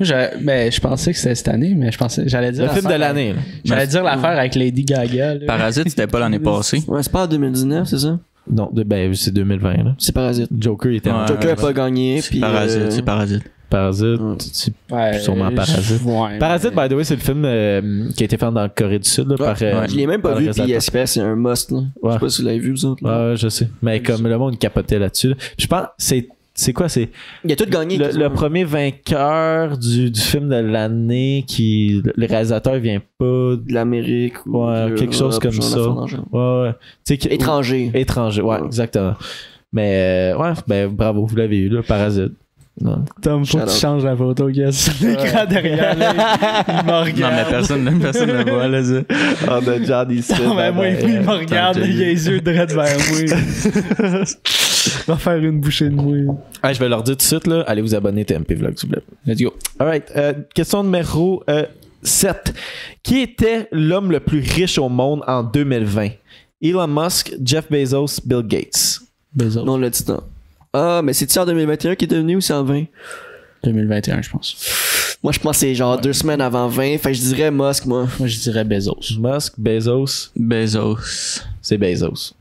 je, ben, je pensais que c'était cette année, mais je pensais, j'allais dire. Le film de l'affaire- l'année. là. J'allais dire l'affaire avec Lady Gaga. là. Parasite, c'était pas l'année passée. Ouais, c'est pas en 2019, c'est ça? Non, de- ben, c'est 2020. Là. C'est Parasite. Joker il était en Ouais. Joker a pas gagné, puis... euh, Parasite, c'est Parasite. Parasite. Ouais. tu- Ouais, Sûrement je- Parasite. ouais. Parasite, by the way, c'est le film euh, qui a été fait dans la Corée du Sud. Là, par, euh, Je l'ai même pas par vu, le puis espère c'est un must, là. Je Ouais. sais pas si vous l'avez vu, vous autres, là. Ouais, ouais, je sais. Mais comme le monde capotait là-dessus. là. Je pense, c'est. C'est quoi, c'est Il a tout gagné. le, le quasiment. premier vainqueur du, du film de l'année qui le réalisateur vient pas. de- De l'Amérique. ou Ouais, de quelque chose l'Europe, comme genre, ça. la France, genre. Ouais, ouais. Tu sais que- Étranger. Étranger, ouais, Ouais. exactement. Mais euh, ouais, ben bravo, vous l'avez eu, là, Parasite. Non. Tom, faut que Shout tu out. changes la photo qu'il y a sur l'écran derrière. là. Il me Non, mais regarde. personne, personne ne voit, là, ça. Oh, de Johnny Smith. ben, euh, Non, mais Ah, ben, moi, il me regarde, tant que il a les yeux droits vers moi. Il va faire une bouchée de moi. Ah, je vais leur dire tout de suite, là, allez vous abonner TMP Vlog, s'il vous plaît. Let's go. Alright, euh, question numéro 7. Qui était l'homme le plus riche au monde en 2020 Elon Musk, Jeff Bezos, Bill Gates. Bezos. Non, on l'a dit non. Ah, mais c'est-tu en 2021 qui est devenu ou c'est en 20? 2021, je pense. Moi, je pense que c'est genre deux semaines avant 20. Fait que je dirais Musk, moi. Moi, je dirais Bezos. Musk, Bezos, Bezos. c'est Bezos.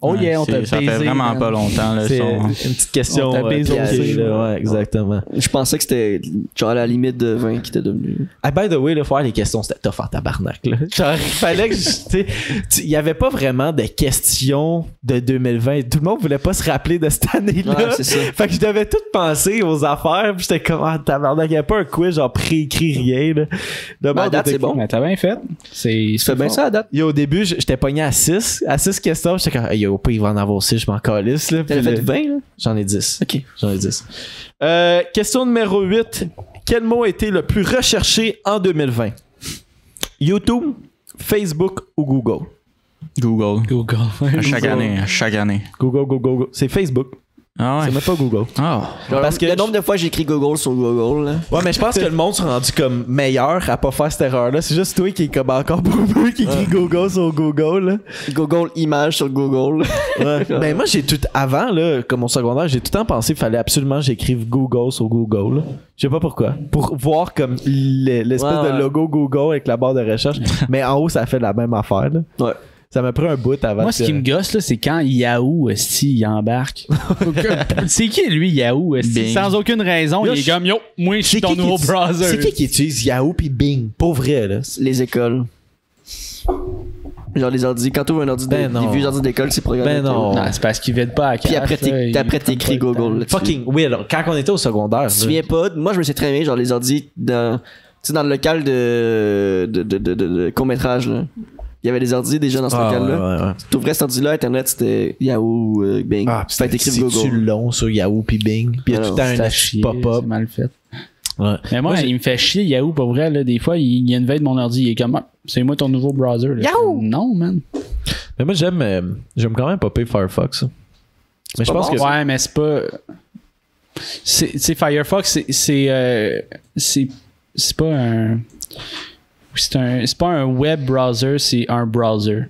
Oh yeah, on C'est- t'a Ça fait baisé, vraiment man. pas longtemps, là, C'est son- une petite question. Ben, On t'a euh, Bezosé, piégée, là, là. ouais, exactement. Je pensais que c'était genre à la limite de 20 qui était devenu. Ah, by the way, là, faire les questions, c'était tough en tabarnak, là. Genre, il fallait que je, tu sais, tu- il y avait pas vraiment de questions de 2020. Tout le monde voulait pas se rappeler de cette année-là. Ouais, c'est ça. fait que je devais tout penser aux affaires, puis j'étais comme, ah, tabarnak, il y a pas un quiz, genre, préécrit rien, là. Le Ben, à monde date, était- c'est bon. Mais t'as bien fait. C'est. Tu fais bien ça à date. Yo, au début, j- j'étais pogné à 6, à 6 questions, j'étais comme, hey, yo, au pire, il va en avoir 6, je m'en calisse, là. T'avais Puis fait le- 20, là? J'en ai 10. Ok. J'en ai 10. Euh, question numéro 8. Quel mot a été le plus recherché en 2020? YouTube, Facebook ou Google? Google. Google. À chaque année, à chaque année. Google, Google, Google. C'est Facebook. Ah ouais. C'est même pas Google. Ah. Parce que le nombre de fois j'ai écrit Google sur Google, hein. là. Ouais, mais je pense que le monde s'est rendu comme meilleur à pas faire cette erreur-là. C'est juste toi qui est comme encore boubou qui écrit Google sur Google. Là. Google image sur Google. ben moi j'ai tout avant là comme mon secondaire j'ai tout le temps pensé qu'il fallait absolument que j'écrive Google sur Google là. je sais pas pourquoi pour voir comme le- l'espèce Ouais, de ouais. logo Google avec la barre de recherche mais en haut ça fait la même affaire là. Ouais. ça m'a pris un bout avant Moi, ce que- qui me gosse, là, c'est quand Yahoo, esti, il embarque. c'est qui, lui, Yahoo, esti? Bing. Sans aucune raison, Là, il est je- comme, yo, moi, je c'est suis ton qui nouveau qui- browser. c'est qui qui utilise Yahoo puis Bing pour vrai là Les écoles. Genre les ordi. Quand t'ouvres un ordi, Ben des, des non. vieux ordi d'école, c'est programmé. Ben avec non. Google. Non, c'est parce qu'il vide pas à Puis après, t'éc- après, t'écris Google. là, tu- fucking oui alors, quand on était au secondaire Tu te là. souviens pas? Moi, je me sais très bien, genre les ordi dans, tu sais, dans le local de, de, de, de, de- de court-métrage. là. Il y avait des ordi déjà dans ce ah, local-là. ouais, ouais, ouais. Tu ouvrais cet ordi-là, Internet, c'était Yahoo, euh, Bing. Ah, Ah, puis fait c'était- t'écrire c'est-tu Google. long sur Yahoo puis Bing puis il y a tout Alors, le temps un chier, petit pop-up. pop-up C'est mal fait. Ouais. Mais moi, Moi, j'ai- il me fait chier, Yahoo, pour vrai, là, des fois, il, il y a une veille de mon ordi, il est comme, Ah, c'est moi ton nouveau browser. là. Yahoo! Non, man. mais moi j'aime euh, j'aime quand même popper Firefox mais je pas pense bon, que Ouais, mais c'est pas. C'est c'est Firefox, c'est- c'est. euh, c'est c'est pas un. C'est un. C'est pas un web browser, c'est un browser.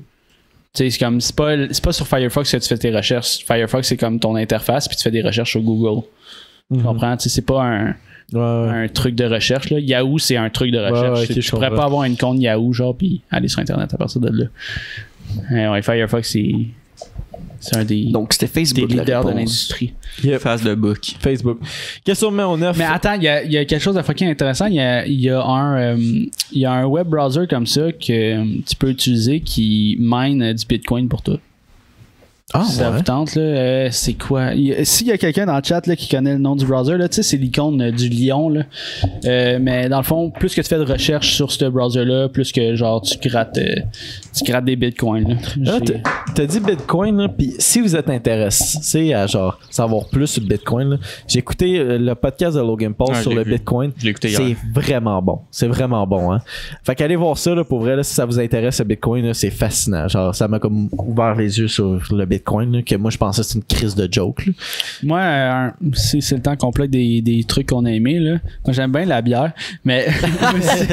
Tu sais, c'est comme. C'est pas, c'est pas sur Firefox que tu fais tes recherches. Firefox, c'est comme ton interface, puis tu fais des recherches sur Google. Mm-hmm. Tu comprends? Tu sais, c'est pas un, un truc de recherche. Là. Yahoo, c'est un truc de recherche. ouais, ok, Tu- je tu pourrais comprends. pas avoir une compte Yahoo, genre, puis aller sur Internet à partir de là. Euh, ouais, Firefox, c'est. C'est un des, Donc, c'était des Facebook la leaders de réponse. l'industrie. Face de book. Facebook. Question numéro 9. Mais attends, il y a, il y a quelque chose de fucking intéressant. Il y a, il y a un, euh, il y a un web browser comme ça que euh, tu peux utiliser qui mine euh, du bitcoin pour toi. Ah, Si ça vous tente, là, euh, c'est quoi Il y a- S'il y a quelqu'un dans le chat là, qui connaît le nom du browser, là, tu sais, c'est l'icône euh, du lion. Là. Euh, mais dans le fond, plus que tu fais de recherche sur ce browser-là, plus que genre tu grattes, euh, tu grattes des bitcoins. là. Là, J'ai- Ah, t'as- t'as dit Bitcoin, là, puis si vous êtes intéressé à genre savoir plus sur le Bitcoin, là, j'ai écouté euh, le podcast de Logan Paul Ouais, je sur l'ai le Ah, vu. Bitcoin. Je l'ai écouté hier. C'est vraiment bon. C'est vraiment bon, hein. Fait qu'allez voir ça, là, pour vrai, là, si ça vous intéresse, le Bitcoin, là, c'est fascinant. Genre, ça m'a comme ouvert les yeux sur le Bitcoin, là, que moi, je pensais que c'était une crise de joke, là. Moi, euh, un- c'est c'est le temps complet des, des trucs qu'on a aimés. Là. Moi, j'aime bien la bière, mais aussi,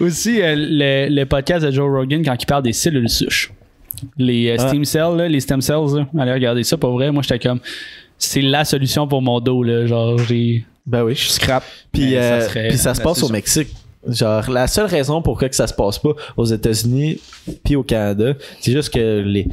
aussi, euh, le, le podcast de Joe Rogan quand il parle des cellules souches. Les euh, Ah. stem cells, là, les stem cells, là. allez regarder ça, pas vrai. Moi, j'étais comme, c'est la solution pour mon dos. Là. Genre, j'ai Ben oui. je scrap. Puis Mais ça euh, serait puis ça se la passe au solution. Mexique. Genre, la seule raison pourquoi que ça se passe pas aux États-Unis puis au Canada, c'est juste que les,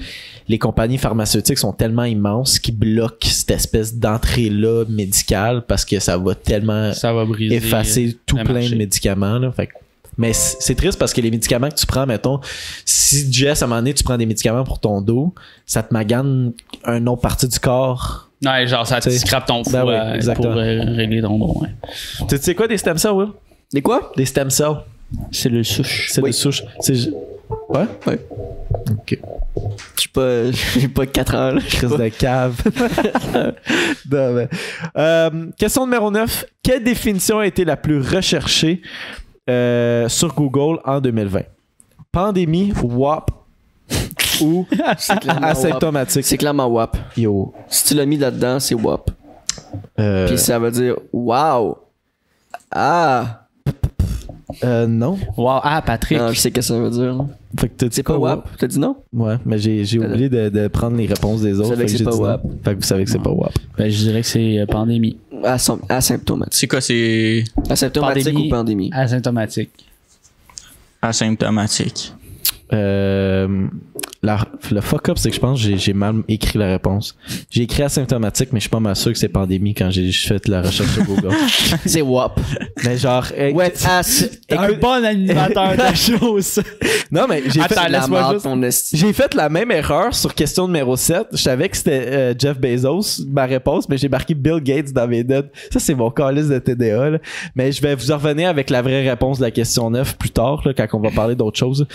les compagnies pharmaceutiques sont tellement immenses qu'ils bloquent cette espèce d'entrée-là médicale parce que ça va tellement Ça va briser. euh, effacer tout le plein de marché. médicaments. Là, Fait que- mais c- c'est triste parce que les médicaments que tu prends, mettons, si Jess, à un moment donné, tu prends des médicaments pour ton dos, ça te magane un autre partie du corps. Ouais, genre, ça te T'sais. scrape ton foie Ben oui, euh, pour exactement. euh, régler ton dos. Ouais. Tu tu sais quoi des stem cells, Will? Des quoi? Des stem cells. Cellules souches. C'est Oui. des souches. C'est. ju- Ouais? Ouais. Ok. Je suis pas, j'ai pas 4 ans, là. Crise de cave. Non, mais- Euh, question numéro 9. Quelle définition a été la plus recherchée euh, sur Google en 2020? Pandémie, WAP ou C'est clairement WAP. asymptomatique? C'est clairement WAP. Ah, Yo. Si tu l'as mis là-dedans, c'est WAP. Euh, Puis ça veut dire wow. Ah. euh, non. Wow, ah, Patrick. Non, je sais qu'est-ce que ça veut dire. là. Fait que t'as dit C'est pas quoi, WAP? T'as dit non? Ouais, mais j'ai j'ai oublié de, de prendre les réponses des autres. Euh, savez fait que c'est j'ai pas dit non. WAP. Fait que vous savez que c'est pas WAP. Ben, je dirais que c'est euh, pandémie. Asym- Asymptomatique. C'est quoi, c'est Asymptomatique Pandémie. ou pandémie? Asymptomatique. asymptomatique? Euh, la- le fuck up, c'est que je pense que j'ai- j'ai mal écrit la réponse. J'ai écrit asymptomatique, mais je suis pas mal sûr que c'est pandémie quand j'ai j'ai fait la recherche sur Google. C'est WAP. mais genre. euh, Wet ass. écoute- bon animateur de chose. non, mais j'ai Attends, fait, La laisse-moi marde, juste- ton esti. j'ai fait la même erreur sur question numéro 7. Je savais que c'était euh, Jeff Bezos, ma réponse, mais j'ai marqué Bill Gates dans mes notes. Ça, c'est mon calice de TDA. là. Mais je vais vous en revenir avec la vraie réponse de la question 9 plus tard, là, quand on va parler d'autres choses.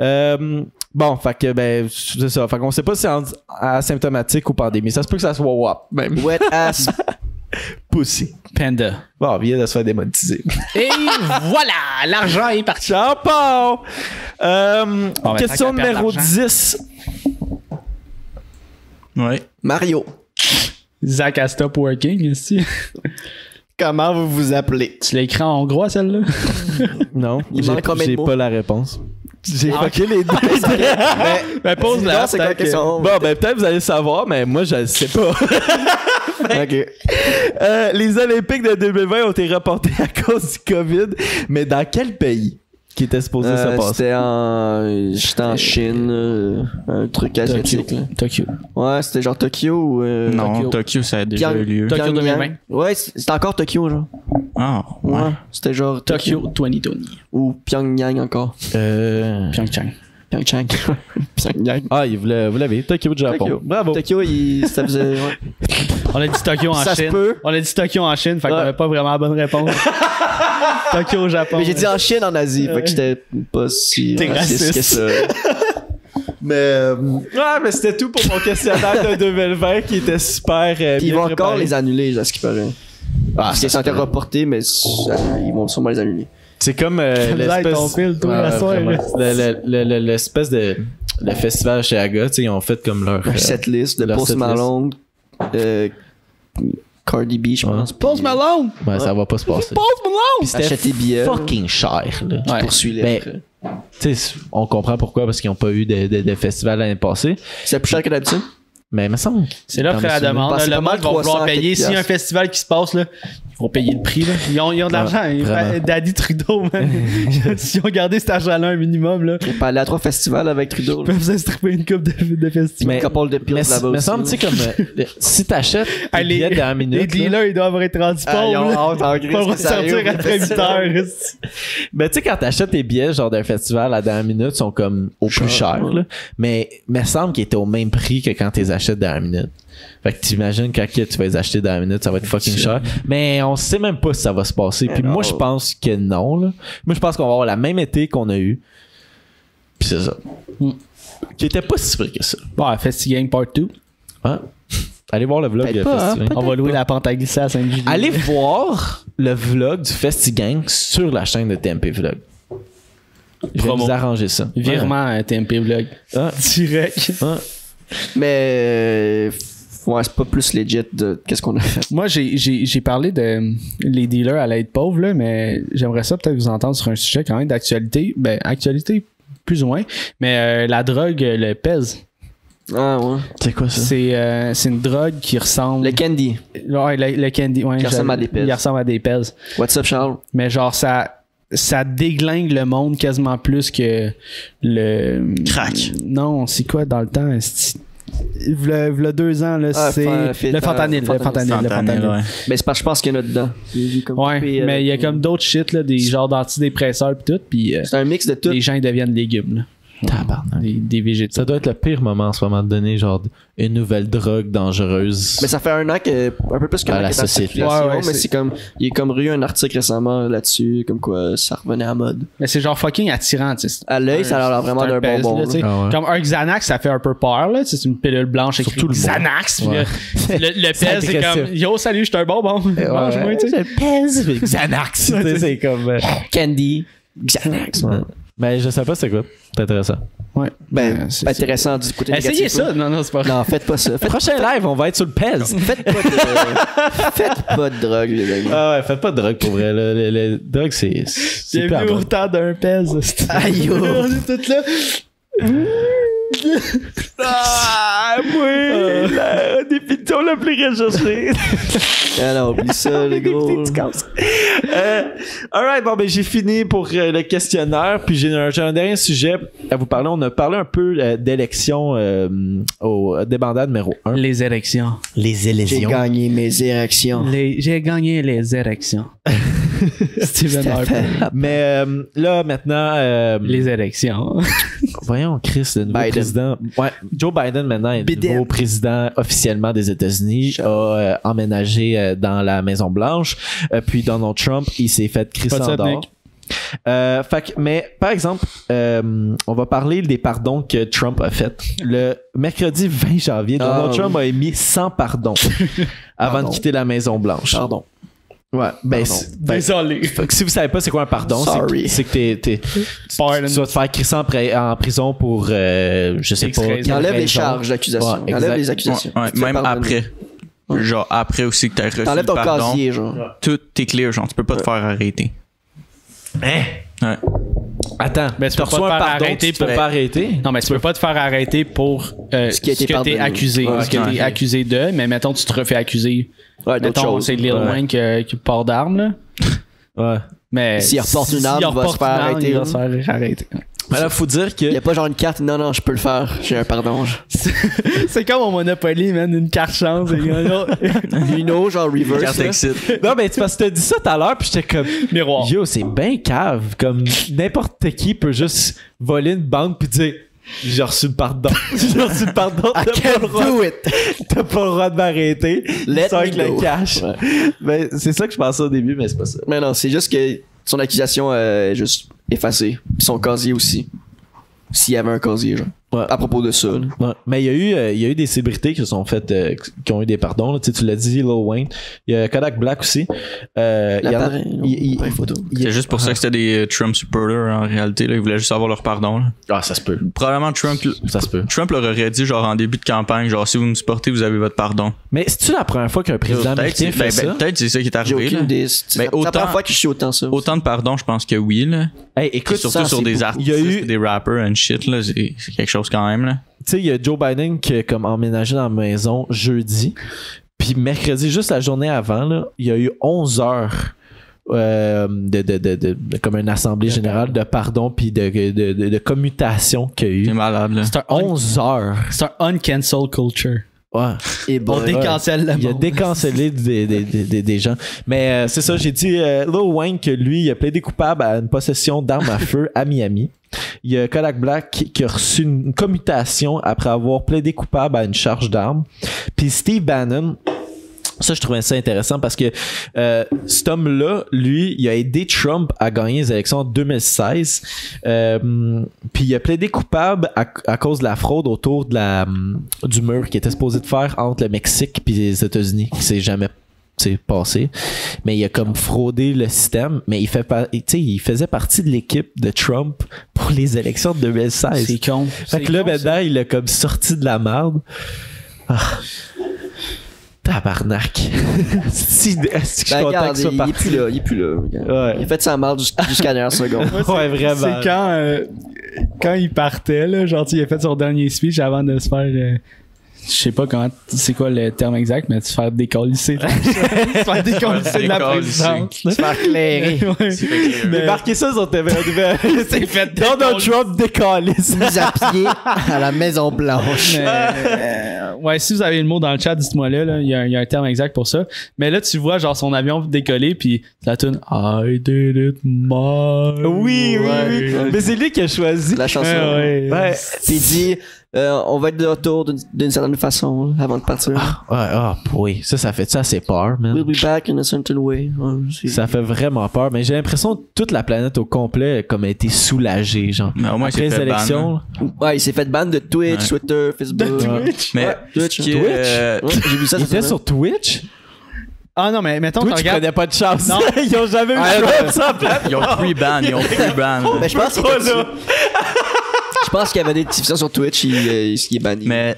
Euh, bon, fait que, ben, c'est ça. Fait qu'on sait pas si c'est en- asymptomatique ou pandémie. Ça se peut que ça soit WAP, même. Wet ass. Pussy. Panda. Bon, il vient de se faire démonétiser. Et voilà, l'argent est parti. J'en pars! Euh, Bon, ben, question tant qu'à perdre numéro l'argent. 10. Ouais. Mario. Zach a stop working ici. Comment vous vous appelez? Tu l'as écrit en hongrois celle-là? Non, Il j'ai manque combien de j'ai mots? pas la réponse. J'ai Ah, fucké les deux. Ben Non, c'est quoi la question? Bon, ben peut-être vous allez savoir, mais moi je le sais pas. Ok. Euh, les Olympiques de 2020 ont été reportés à cause du COVID, mais dans quel pays qui était supposé Euh, se passer? C'était en. J'étais en Chine. euh, un truc asiatique, là. Tokyo. Ouais, c'était genre Tokyo ou. euh, non, Tokyo. Tokyo. ça a déjà Pyong- eu lieu. Tokyo Pyongyang. 2020. Ouais, c'est- c'était encore Tokyo, genre. Ah, Ouais. ouais. C'était genre Tokyo. Tokyo 2020. Ou Pyongyang encore. Euh... Pyeongchang. Pyeongchang. Pyongyang. Ah, il vous l'a- vous l'avez, Tokyo du Japon. Tokyo. Bravo. Tokyo, il, ça faisait. ouais. On a dit Tokyo en Ça se Chine. peut. On a dit Tokyo en Chine, fait qu'on Ouais. avait pas vraiment la bonne réponse. Tokyo au Japon. Mais j'ai dit en Chine, en Asie. Fait que j'étais pas si T'es raciste que ça. Mais euh, ouais, mais c'était tout pour mon questionnaire de 2020 qui était super. euh, Puis ils bien vont préparé. encore les annuler, à ce qui paraît. Parce qu'ils sont encore reportés, mais ça- ils vont sûrement les annuler. C'est comme euh, Comme ça, avec l'espèce ton fil, toi, Ouais, la soirée, vraiment. là. Le- le- le- le- l'espèce de le festival chez Aga, tu sais, ils ont fait comme leur euh, Cette liste de leur Post setlist. Malone, euh, Cardi B, je Ouais. pense. Post Malone! Ouais, ça va pas se passer. Post Puis Malone! c'était Achète tes billets, là. fucking cher, là. Tu poursuis les Ben, frais. Tu sais, on comprend pourquoi, parce qu'ils n'ont pas eu de, de- de festival l'année passée. C'est plus cher que d'habitude? Mais il me semble. C'est là Dans que la mes souvenirs. demande. Parce que là, pas Le mal monde va 300 vouloir payer. quelques S'il y a un piastres. festival qui se passe, là, ils vont payer le prix. Là. Ils, ont, ils ont de l'argent. Vraiment. Vraiment. Daddy Trudeau, man. S'ils ont gardé cet argent-là un minimum, là, On peut aller à trois festivals avec Trudeau. ils peuvent se stripper une coupe de, de festival. Mais- Mais, couple de Mais pires là-bas il me aussi, semble, tu là. sais, comme euh, si t'achètes tes Ah, les- billets dernière Les minute. là, dealers, ils doivent être en Ah, ils ont là. hâte, en Ils gris, peuvent que ça arrive ressortir au après 8 festival. heures. esti. Mais Ben, tu sais, quand t'achètes tes billets, genre d'un festival à la dernière minute, sont comme au plus cher. là. Mais il me semble qu'ils étaient au même prix que quand t'es achètes dernière minute. Fait que t'imagines quand que tu vas les acheter dernière minute, ça va être fucking cher. Mais on sait même pas si ça va se passer. Puis Mais moi, non. je pense que non. là. Moi, je pense qu'on va avoir la même été qu'on a eu. Puis c'est ça. Qui était pas si vrai que ça. Bon, FestiGame Part 2. Hein? Allez voir le vlog. Peut-être euh, pas, hein, Festival. On va louer la pente à glisser à Saint-Gilles. Allez voir le vlog du FestiGang sur la chaîne de TMP Vlog. Je vais Promo. vous arranger ça. Virement euh, à TMP Vlog. Ah. Direct. Ah. Mais, euh, ouais, c'est pas plus legit de qu'est-ce qu'on a fait. Moi, j'ai- j'ai j'ai parlé de euh, les dealers à l'aide pauvre, là, mais j'aimerais ça peut-être vous entendre sur un sujet quand même d'actualité. Ben, actualité, plus ou moins. Mais euh, la drogue, euh, le PES, Ah, ouais. C'est quoi c'est euh, c'est une drogue qui ressemble. Le candy. Ouais, le, le candy. Ouais, Qui ressemble à des pèses. Il ressemble à des pèses. What's up, Charles? Mais genre, ça, ça déglingue le monde quasiment plus que le. Crack. Non, c'est quoi dans le temps? esti? V'là v'là deux ans, là, Ah, c'est. fa- Le fentanyl, le fentanyl, fentanyl. le Fentanyl, fentanyl. ouais. Ben, c'est parce que je pense qu'il y en a dedans. J'ai comme Ouais, coupé, euh, mais il y a comme d'autres shit, là, des genres d'antidépresseurs pis tout, pis euh, C'est un mix de tout. les gens, ils deviennent légumes, là. Tabarnak. Des, des végétaux. Ça doit être le pire moment en ce moment de donner genre une nouvelle drogue dangereuse. Mais ça fait un an que, un peu plus qu'un Ah, an la qu'il est en société. circulation, Ouais, ouais, mais c'est- c'est comme, il y a comme eu un article récemment là-dessus, comme quoi ça revenait à mode. Mais c'est genre fucking attirant, tu sais. À l'œil, ça a l'air vraiment C'est un d'un pèse, bonbon. là, tu sais. là. Ah ouais. Comme un Xanax, ça fait un peu peur, là. tu sais, C'est une pilule blanche écrite Surtout le mot. Xanax. pis euh, Ouais. le, le, le C'est pèse, c'est agressif. comme Yo, salut, je suis un bonbon. Mange-moi, tu sais. pèse. Xanax. tu sais, c'est comme. euh, Candy. Xanax. ouais. Mais je sais pas c'est quoi. C'est intéressant. Ouais. Euh, Ben, c'est- intéressant du côté négatif. hein. Essayez ça. Non, non, c'est pas Non, faites pas ça. Faites, Prochain live, on va être sur le pèse. faites pas de, faites pas de drogue, les gars. Ah ouais, faites pas de drogue pour vrai. là. Le, le- le drogue, c'est. c'est plus à Bienvenue au mode. temps d'un pèse. esti. Aïe, oh. On est toutes là. Ah, oui! Euh, des pitons la plus recherchée. Alors, oublie ça, les gros. Euh, alright, bon, ben, j'ai fini pour euh, le questionnaire. Puis j'ai un, j'ai un dernier sujet à vous parler. On a parlé un peu euh, d'élection euh, au débandant numéro 1. Les érections. Les J'ai élections. gagné mes érections. Les- J'ai gagné les érections. Steven Harper. Mais euh, là, maintenant, euh, Les érections. voyons, Chris, le nouveau Biden. président. Ouais, Joe Biden, maintenant, est le Biden. nouveau président officiellement des États-Unis, a euh, emménagé euh, dans la Maison-Blanche. Euh, puis Donald Trump, il s'est fait Chris Pas de ça, Sandor. Nick. Euh, fait que- mais par exemple, euh, on va parler des pardons que Trump a fait. Le mercredi 20 janvier, Donald Ah, Trump a émis 100 pardons avant Pardon. de quitter la Maison Blanche. Pardon. Ouais, ben, c'est- ben, Désolé. fait que si vous savez pas c'est quoi un pardon, c'est Sorry. que- c'est que t'es- t'es- tu- Pardon. tu vas te faire crisser en, pri- en prison pour euh, je sais X pas. raison. quelle Enlève les raison. charges d'accusation. Ouais, Enlève exact. les accusations. Ouais, ouais, Tu te fais même pardonner. après. Genre, après aussi que t'as reçu le T'enlèves ton pardon, casier, genre. tout est clear, genre, tu peux pas te faire arrêter. Hein? Ouais. Attends, Mais tu t'as peux reçu pas te un faire pardon, arrêter tu te fais pour- pas arrêter. Non, mais tu peux pas te faire arrêter pour euh, Ce ce qui a été que t'es pardonné. accusé. Ouais, ce que ouais. t'es accusé de, mais mettons, tu te refais accuser. Ouais, d'autres mettons, choses. c'est Lil Ouais. Wayne qui, qui porte d'armes, là. Ouais. Mais. S'il reporte une s'il arme, il va se reporte faire une arme, arrêter, il va là. se faire arrêter. Mais là, faut dire que Il y a pas genre une carte, non, non, je peux le faire, j'ai un pardon. C'est comme au Monopoly, man, une carte chance. les gars, là. You know, genre reverse. Carte là. exit. non mais tu parce que t'as dit ça tout à l'heure puis j'étais comme Miroir. Yo, c'est ben cave. Comme n'importe qui peut juste voler une banque puis dire J'ai reçu le pardon. J'ai reçu le pardon. T'as I pas, can't le droit- do it. t'as pas le droit de m'arrêter. Let Sors me avec le go. cash. Ouais. Ben, c'est ça que je pensais au début, mais c'est pas ça. Mais non, c'est juste que son accusation euh, est juste effacée. Puis son casier aussi. S'il y avait un casier, genre. Ouais. à propos de ça. là. Ouais. Mais il y, a eu, euh, il y a eu des célébrités qui se sont faites, euh, qui ont eu des pardons. là. Tu sais, tu l'as dit, Lil Wayne. Il y a Kodak Black aussi. Euh, il y en a- L'appareil, il- il- l'appareil photo. il- C'est juste pour ça que c'était des euh, Trump supporters en réalité. Là. Ils voulaient juste avoir leur pardon. là. Ah, ça se peut. Probablement Trump, Ça se peut. Trump leur aurait dit genre en début de campagne, genre si vous me supportez, vous avez votre pardon. Mais c'est-tu la première fois qu'un président Peut-être américain c'est fait ben, ça? ben, peut-être c'est ça qui est J'ai arrivé. aucune là. idée. C'est c'est Mais la autant- première fois que je suis autant ça. Autant de pardon, je pense que oui. Là. Hey, Puis écoute, surtout ça, sur c'est des beaucoup. artistes, Il y a eu, des rappers and shit, là, c'est c'est quelque chose quand même. Là. tu sais, il y a Joe Biden qui a comme emménagé dans la maison jeudi. Puis mercredi, juste la journée avant, là, il y a eu 11 heures euh, de, de- de- de- de- comme une assemblée générale de pardon puis de, de, de- de commutation qu'il y a T'es eu. malade. Là. C'est un, un- 11 heures. c'est un uncancel culture. Ouais. Et On bon, décancelle le Il a monde. décancellé des, des- des- des- des gens. Mais euh, c'est ça, j'ai dit euh, Lil Wayne que lui, il a plaidé coupable à une possession d'armes à feu à Miami. Il y a Kodak Black qui, qui a reçu une commutation après avoir plaidé coupable à une charge d'armes. Puis Steve Bannon. Ça, je trouvais ça intéressant parce que euh, cet homme-là, lui, il a aidé Trump à gagner les élections en 2016. Euh, puis il a plaidé coupable à, à cause de la fraude autour de la, hum, du mur qui était supposé de faire entre le Mexique puis les États-Unis, qui s'est jamais tu sais, passé. Mais il a comme fraudé le système, mais il, fait pas, tu sais, il faisait partie de l'équipe de Trump pour les élections de 2016. C'est con. Fait que là, maintenant, il a comme sorti de la merde. Ah. Tabarnak. si, si je suis Ben, content que regarde, ça il, il est parti. plus là, il est plus là. regarde. Ouais. Il a fait sa marde jus- jusqu'à la dernière seconde. Ouais, vraiment. C'est quand, euh, quand il partait, là, genre, tu sais, il a fait son dernier speech avant de se faire. euh, je sais pas comment, c'est quoi le terme exact, mais de se faire décollisser. là. se faire décollisser de la Décollisser. présidence. là. Faire clairer. Ouais. Mais marquez ça sur TVA Nouvelle. C'est fait Donald Trump décollé. Mis à pied à la Maison Blanche. Mais, euh, ouais, si vous avez le mot dans le chat, dites-moi là, là, il y, a- il y a un terme exact pour ça. Mais là, tu vois, genre, son avion décoller, puis la tune I did it my Oui, oui, oui. way. Mais c'est lui qui a choisi. La chanson. Ouais, ouais. Ouais. Puis il dit, euh, on va être de retour d'une- d'une certaine façon là, avant de partir. Ouais, ah, oui. Ça, ça fait ça, c'est peur, man. We'll be back in a certain way. Ouais, c'est- Ça fait vraiment peur, mais j'ai l'impression que toute la planète au complet comme a été soulagée, genre. Mais au moins, il Après s'est les fait ban, élections, là. Ouais, il s'est fait ban de Twitch, Ouais. Twitter, Facebook. Mais Ouais, Twitch. hein. ce qui est, Twitch? euh, Ouais, J'ai vu ça. il cette était semaine. sur Twitch. Ah non, mais mettons, tu Twitch regardes. prenait pas de chance. Non. Ils ont jamais eu Ah, de ouais. chance ça plate. ils ont pre-ban, ils ont pre-ban. Mais Ben, je pense qu'il était dessus. Je pense qu'il y avait des diffusions sur Twitch, il, euh, il- il est banni. Mais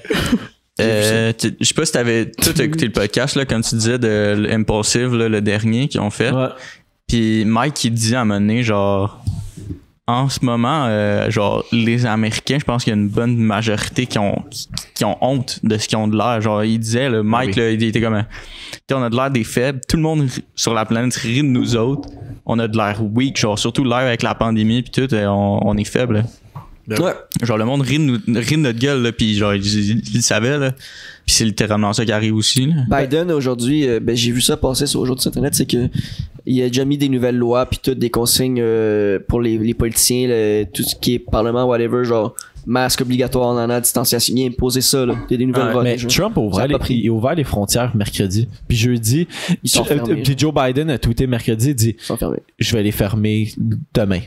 euh, tu- je sais pas si t'avais tout écouté le podcast là, comme tu disais de Impulsive, là, le dernier qu'ils ont fait. Puis Mike il dit à un moment donné, genre en ce moment, euh, genre les Américains, je pense qu'il y a une bonne majorité qui ont qui ont honte de ce qu'ils ont de l'air. Genre il disait le Mike Ah oui. là, il était comme un- T'sais, on a de l'air des faibles, tout le monde ri- sur la planète rit de nous autres. On a de l'air weak, genre surtout l'air avec la pandémie puis tout, euh, on, on est faible. Ben Ouais. Genre le monde rit de, nous- rit de notre gueule là, puis genre il, il- il le savait là. Puis c'est littéralement ça qui arrive aussi là. Biden aujourd'hui, euh, ben, j'ai vu ça passer sur aujourd'hui sur internet, c'est que il a déjà mis des nouvelles lois puis toutes des consignes euh, pour les, les politiciens, le- tout ce qui est parlement, whatever, genre masque obligatoire, en a distanciation, il a imposé ça, là, il y a des nouvelles Ouais, lois. Mais déjà. Trump a Ça a ouvert, pas les, pris. il a ouvert les frontières mercredi. Puis jeudi, Ils sont euh, euh, fermés. puis Joe Biden a tweeté mercredi, il dit Ils sont fermés. je vais les fermer demain.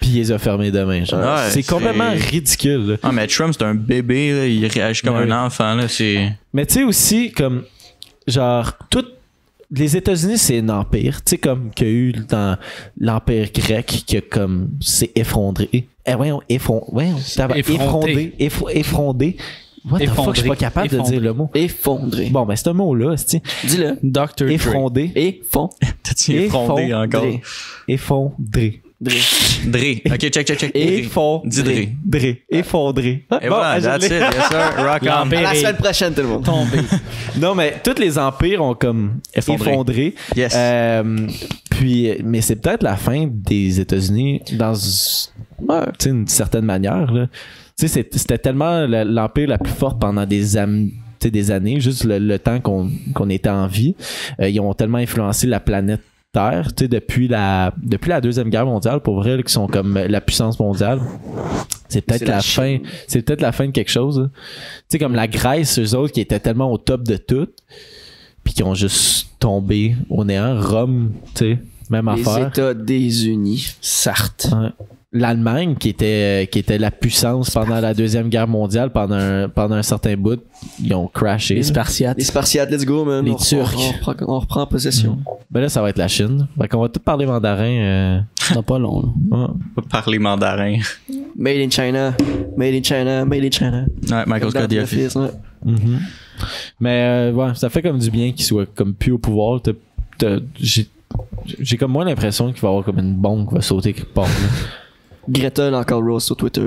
puis il les a fermés demain. genre. Ouais, c'est c'est- complètement ridicule. là. Ah mais Trump c'est un bébé là, il réagit comme Ouais, un Ben oui. enfant là, c'est Mais tu sais aussi, comme, genre, tout. Les États-Unis, c'est un empire, tu sais, comme qu'il y a eu dans l'empire grec, que comme s'est effondré. Eh, ouais, on effron... ouais, on- tabar- Effronté. effrondé. effro- effrondé. What the fuck, Effondré. je suis pas capable de Effondré. dire le mot. Effondré. Bon, ben, c'est un mot-là, c'est Dis-le. Dr. Dre. effondé. Effondré. T'as-tu effondré Effondré. encore? Effondré. Dré. Ok, check, check, check. Dis Dré. Effondré. Dré. Effondré. Ah, Et bon, voilà, je that's it. l'ai. Yes, sir. À Rock on. la L'empire semaine est prochaine, tout le monde. tombé. Non, mais tous les empires ont comme Effondré. effondré. Yes. Euh, puis, mais c'est peut-être la fin des États-Unis dans z- ouais, tu sais, une certaine manière. là. Tu sais, c'est- C'était tellement la- l'empire la plus forte pendant des, am- tu sais, des années, juste le, le temps qu'on qu'on était en vie. Euh, ils ont tellement influencé la planète Terre tu sais, depuis la, depuis la Deuxième Guerre mondiale, pour vrai, là, qui sont comme la puissance mondiale. C'est peut-être C'est la la, fin. C'est peut-être la fin de quelque chose. là. Tu sais, comme la Grèce, eux autres, qui étaient tellement au top de tout, puis qui ont juste tombé au néant. Rome, tu sais, même Les affaire. États des Unis. Sartre. Ouais. l'Allemagne qui était qui était la puissance pendant la deuxième guerre mondiale pendant un, pendant un certain bout ils ont crashé Les là. Spartiates. Les Spartiates, let's go, man. Les on reprend- Turcs. on reprend, on reprend possession. ben là ça va être la Chine fait qu'on va tout parler mandarin euh, Non, pas long. là. ouais. Pas parler mandarin. Made in China. Made in China. Made in China. Ouais, Michael Comme Scott dans The The Office, Office. ouais. Mhm. mais euh, ouais ça fait comme du bien qu'il soit comme plus au pouvoir T'as- t'as- j'ai j'ai comme moins l'impression qu'il va y avoir comme une bombe qui va sauter quelque part là. Gretel encore Rose sur Twitter.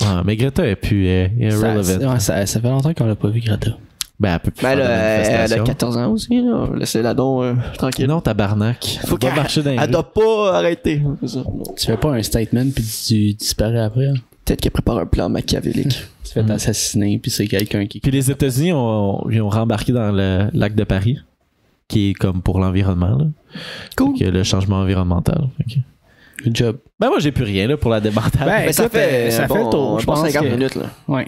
Ouais, mais Greta est plus euh, Ça, irrelevant c'est- ouais, ça, ça fait longtemps qu'on l'a pas vu, Greta. ben elle peut plus Mais faire elle, de a- elle a manifestation. 14 ans aussi, là. Laissez-la donc euh, tranquille. non tabarnak Faut faut pas qu'elle- marcher dans les Elle rues. doit pas arrêter. C'est ça. Tu fais pas un statement puis tu disparais après. hein? Peut-être qu'elle prépare un plan machiavélique. Tu fais assassiner puis c'est quelqu'un qui. Puis les États-Unis ont, ils ont rembarqué dans le lac de Paris, qui est comme pour l'environnement, là. Cool. Fait que le changement environnemental. Fait que- Good job. Ben moi, j'ai plus rien, là, pour la démentale. Ben, Mais ça écoute, fait, euh, ça un bon- fait le tour, un je bon pense 50 que- minutes, là. Ouais.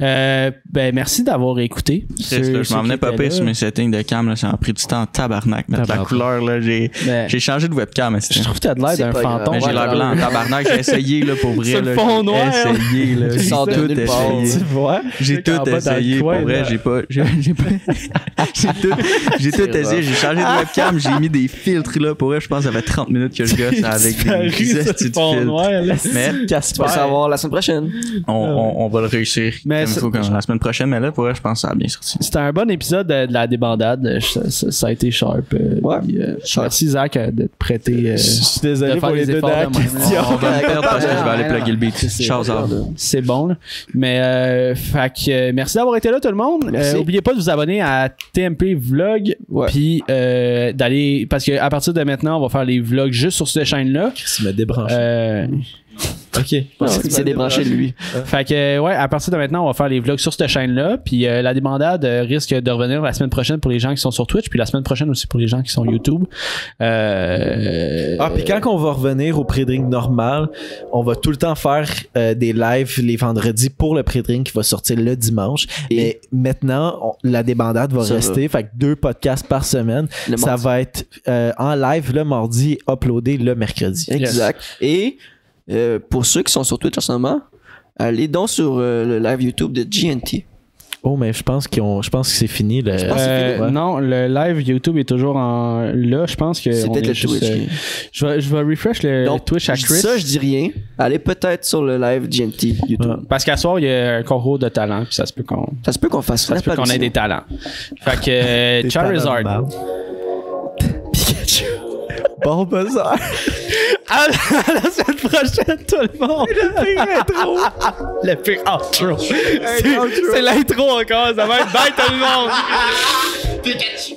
Euh, ben, merci d'avoir écouté. Chris, Ceux- là, je ceux m'en venais qui pas étaient pire sur là. mes settings de cam, là, ça m'a pris du temps en tabarnak. Mettre la Tabarnak. couleur, là, j'ai Mais j'ai changé de webcam. mais c'est- je trouve que t'as de l'air C'est d'un pas grave. fantôme. Mais j'ai ouais, l'air ouais. blanc, tabarnak, j'ai essayé là, pour le vrai. là, fond noir. J'ai essayé, là. Tu J'ai sors de tout nulle part. essayé. tu vois? J'ai Truc en tout bas dans le essayé, coin, pour vrai, là. j'ai pas... J'ai j'ai pas... J'ai tout, j'ai tout C'est essayé, j'ai changé de webcam, j'ai mis des filtres, là, pour vrai, je pense que ça fait 30 minutes que je gosse avec des disparu, ce estis de fond filtres. noir, là. Mais Tu vas le savoir la semaine prochaine. on, on, on va le réussir Mais comme il ça- faut quand- la semaine prochaine, mais là, pour vrai, je pense que ça a bien sorti. C'était un bon épisode de, de la débandade. Je- Ça, ça- ça a été sharp. euh, Ouais. puis, euh, Merci Zach euh, de te prêter. euh, Je suis de désolé faire pour les les deux efforts dernières de même. questions. On va me perdre Ah, parce que je vais aller plugger le beat. Ah, c'est- Charles Arbre. C'est bon. là. Mais euh, fait que, euh, merci d'avoir été là tout le monde. Merci. Euh, oubliez pas de vous abonner à TMP Vlog Ouais. puis euh, d'aller parce que à partir de maintenant, on va faire les vlogs juste sur cette chaîne là. Tu me Ah, débranches. euh, OK. Non, Il s'est débranché de lui. Fait que, euh, ouais, à partir de maintenant, on va faire les vlogs sur cette chaîne-là. Puis euh, la débandade euh, risque de revenir la semaine prochaine pour les gens qui sont sur Twitch, puis la semaine prochaine aussi pour les gens qui sont YouTube. Euh, Ah, puis quand on va revenir au pré-drink normal, on va tout le temps faire euh, des lives les vendredis pour le pré-drink qui va sortir le dimanche. Et Et- maintenant, on- la débandade va Ça rester. Fait que deux podcasts par semaine. Le ça mardi. va être euh, en live le mardi et uploadé le mercredi. Exact. Et euh, pour ceux qui sont sur Twitch en ce moment, allez donc sur euh, le live YouTube de GNT. Oh, mais je pense qu'ils ont, je pense que c'est fini. Le... pense- euh, Ah, c'est fini, ouais. Non, le live YouTube est toujours en là. Je pense que. C'est on peut-être est le juste, Twitch. euh, je, vais, je vais refresh le Donc, Twitch à je dis Chris. ça, je dis rien. Allez peut-être sur le live GNT YouTube. Ouais. Parce qu'à soir, il y a un concours de talent, puis ça se peut qu'on Ça se peut qu'on fasse ça se peut qu'on ait des talents. Fait que euh, Charizard. Pikachu. Bon buzzer. À la, à la semaine prochaine, tout le monde! Le pire intro! Le pire outro! C'est- C'est l'intro encore, ça va être bye tout le monde!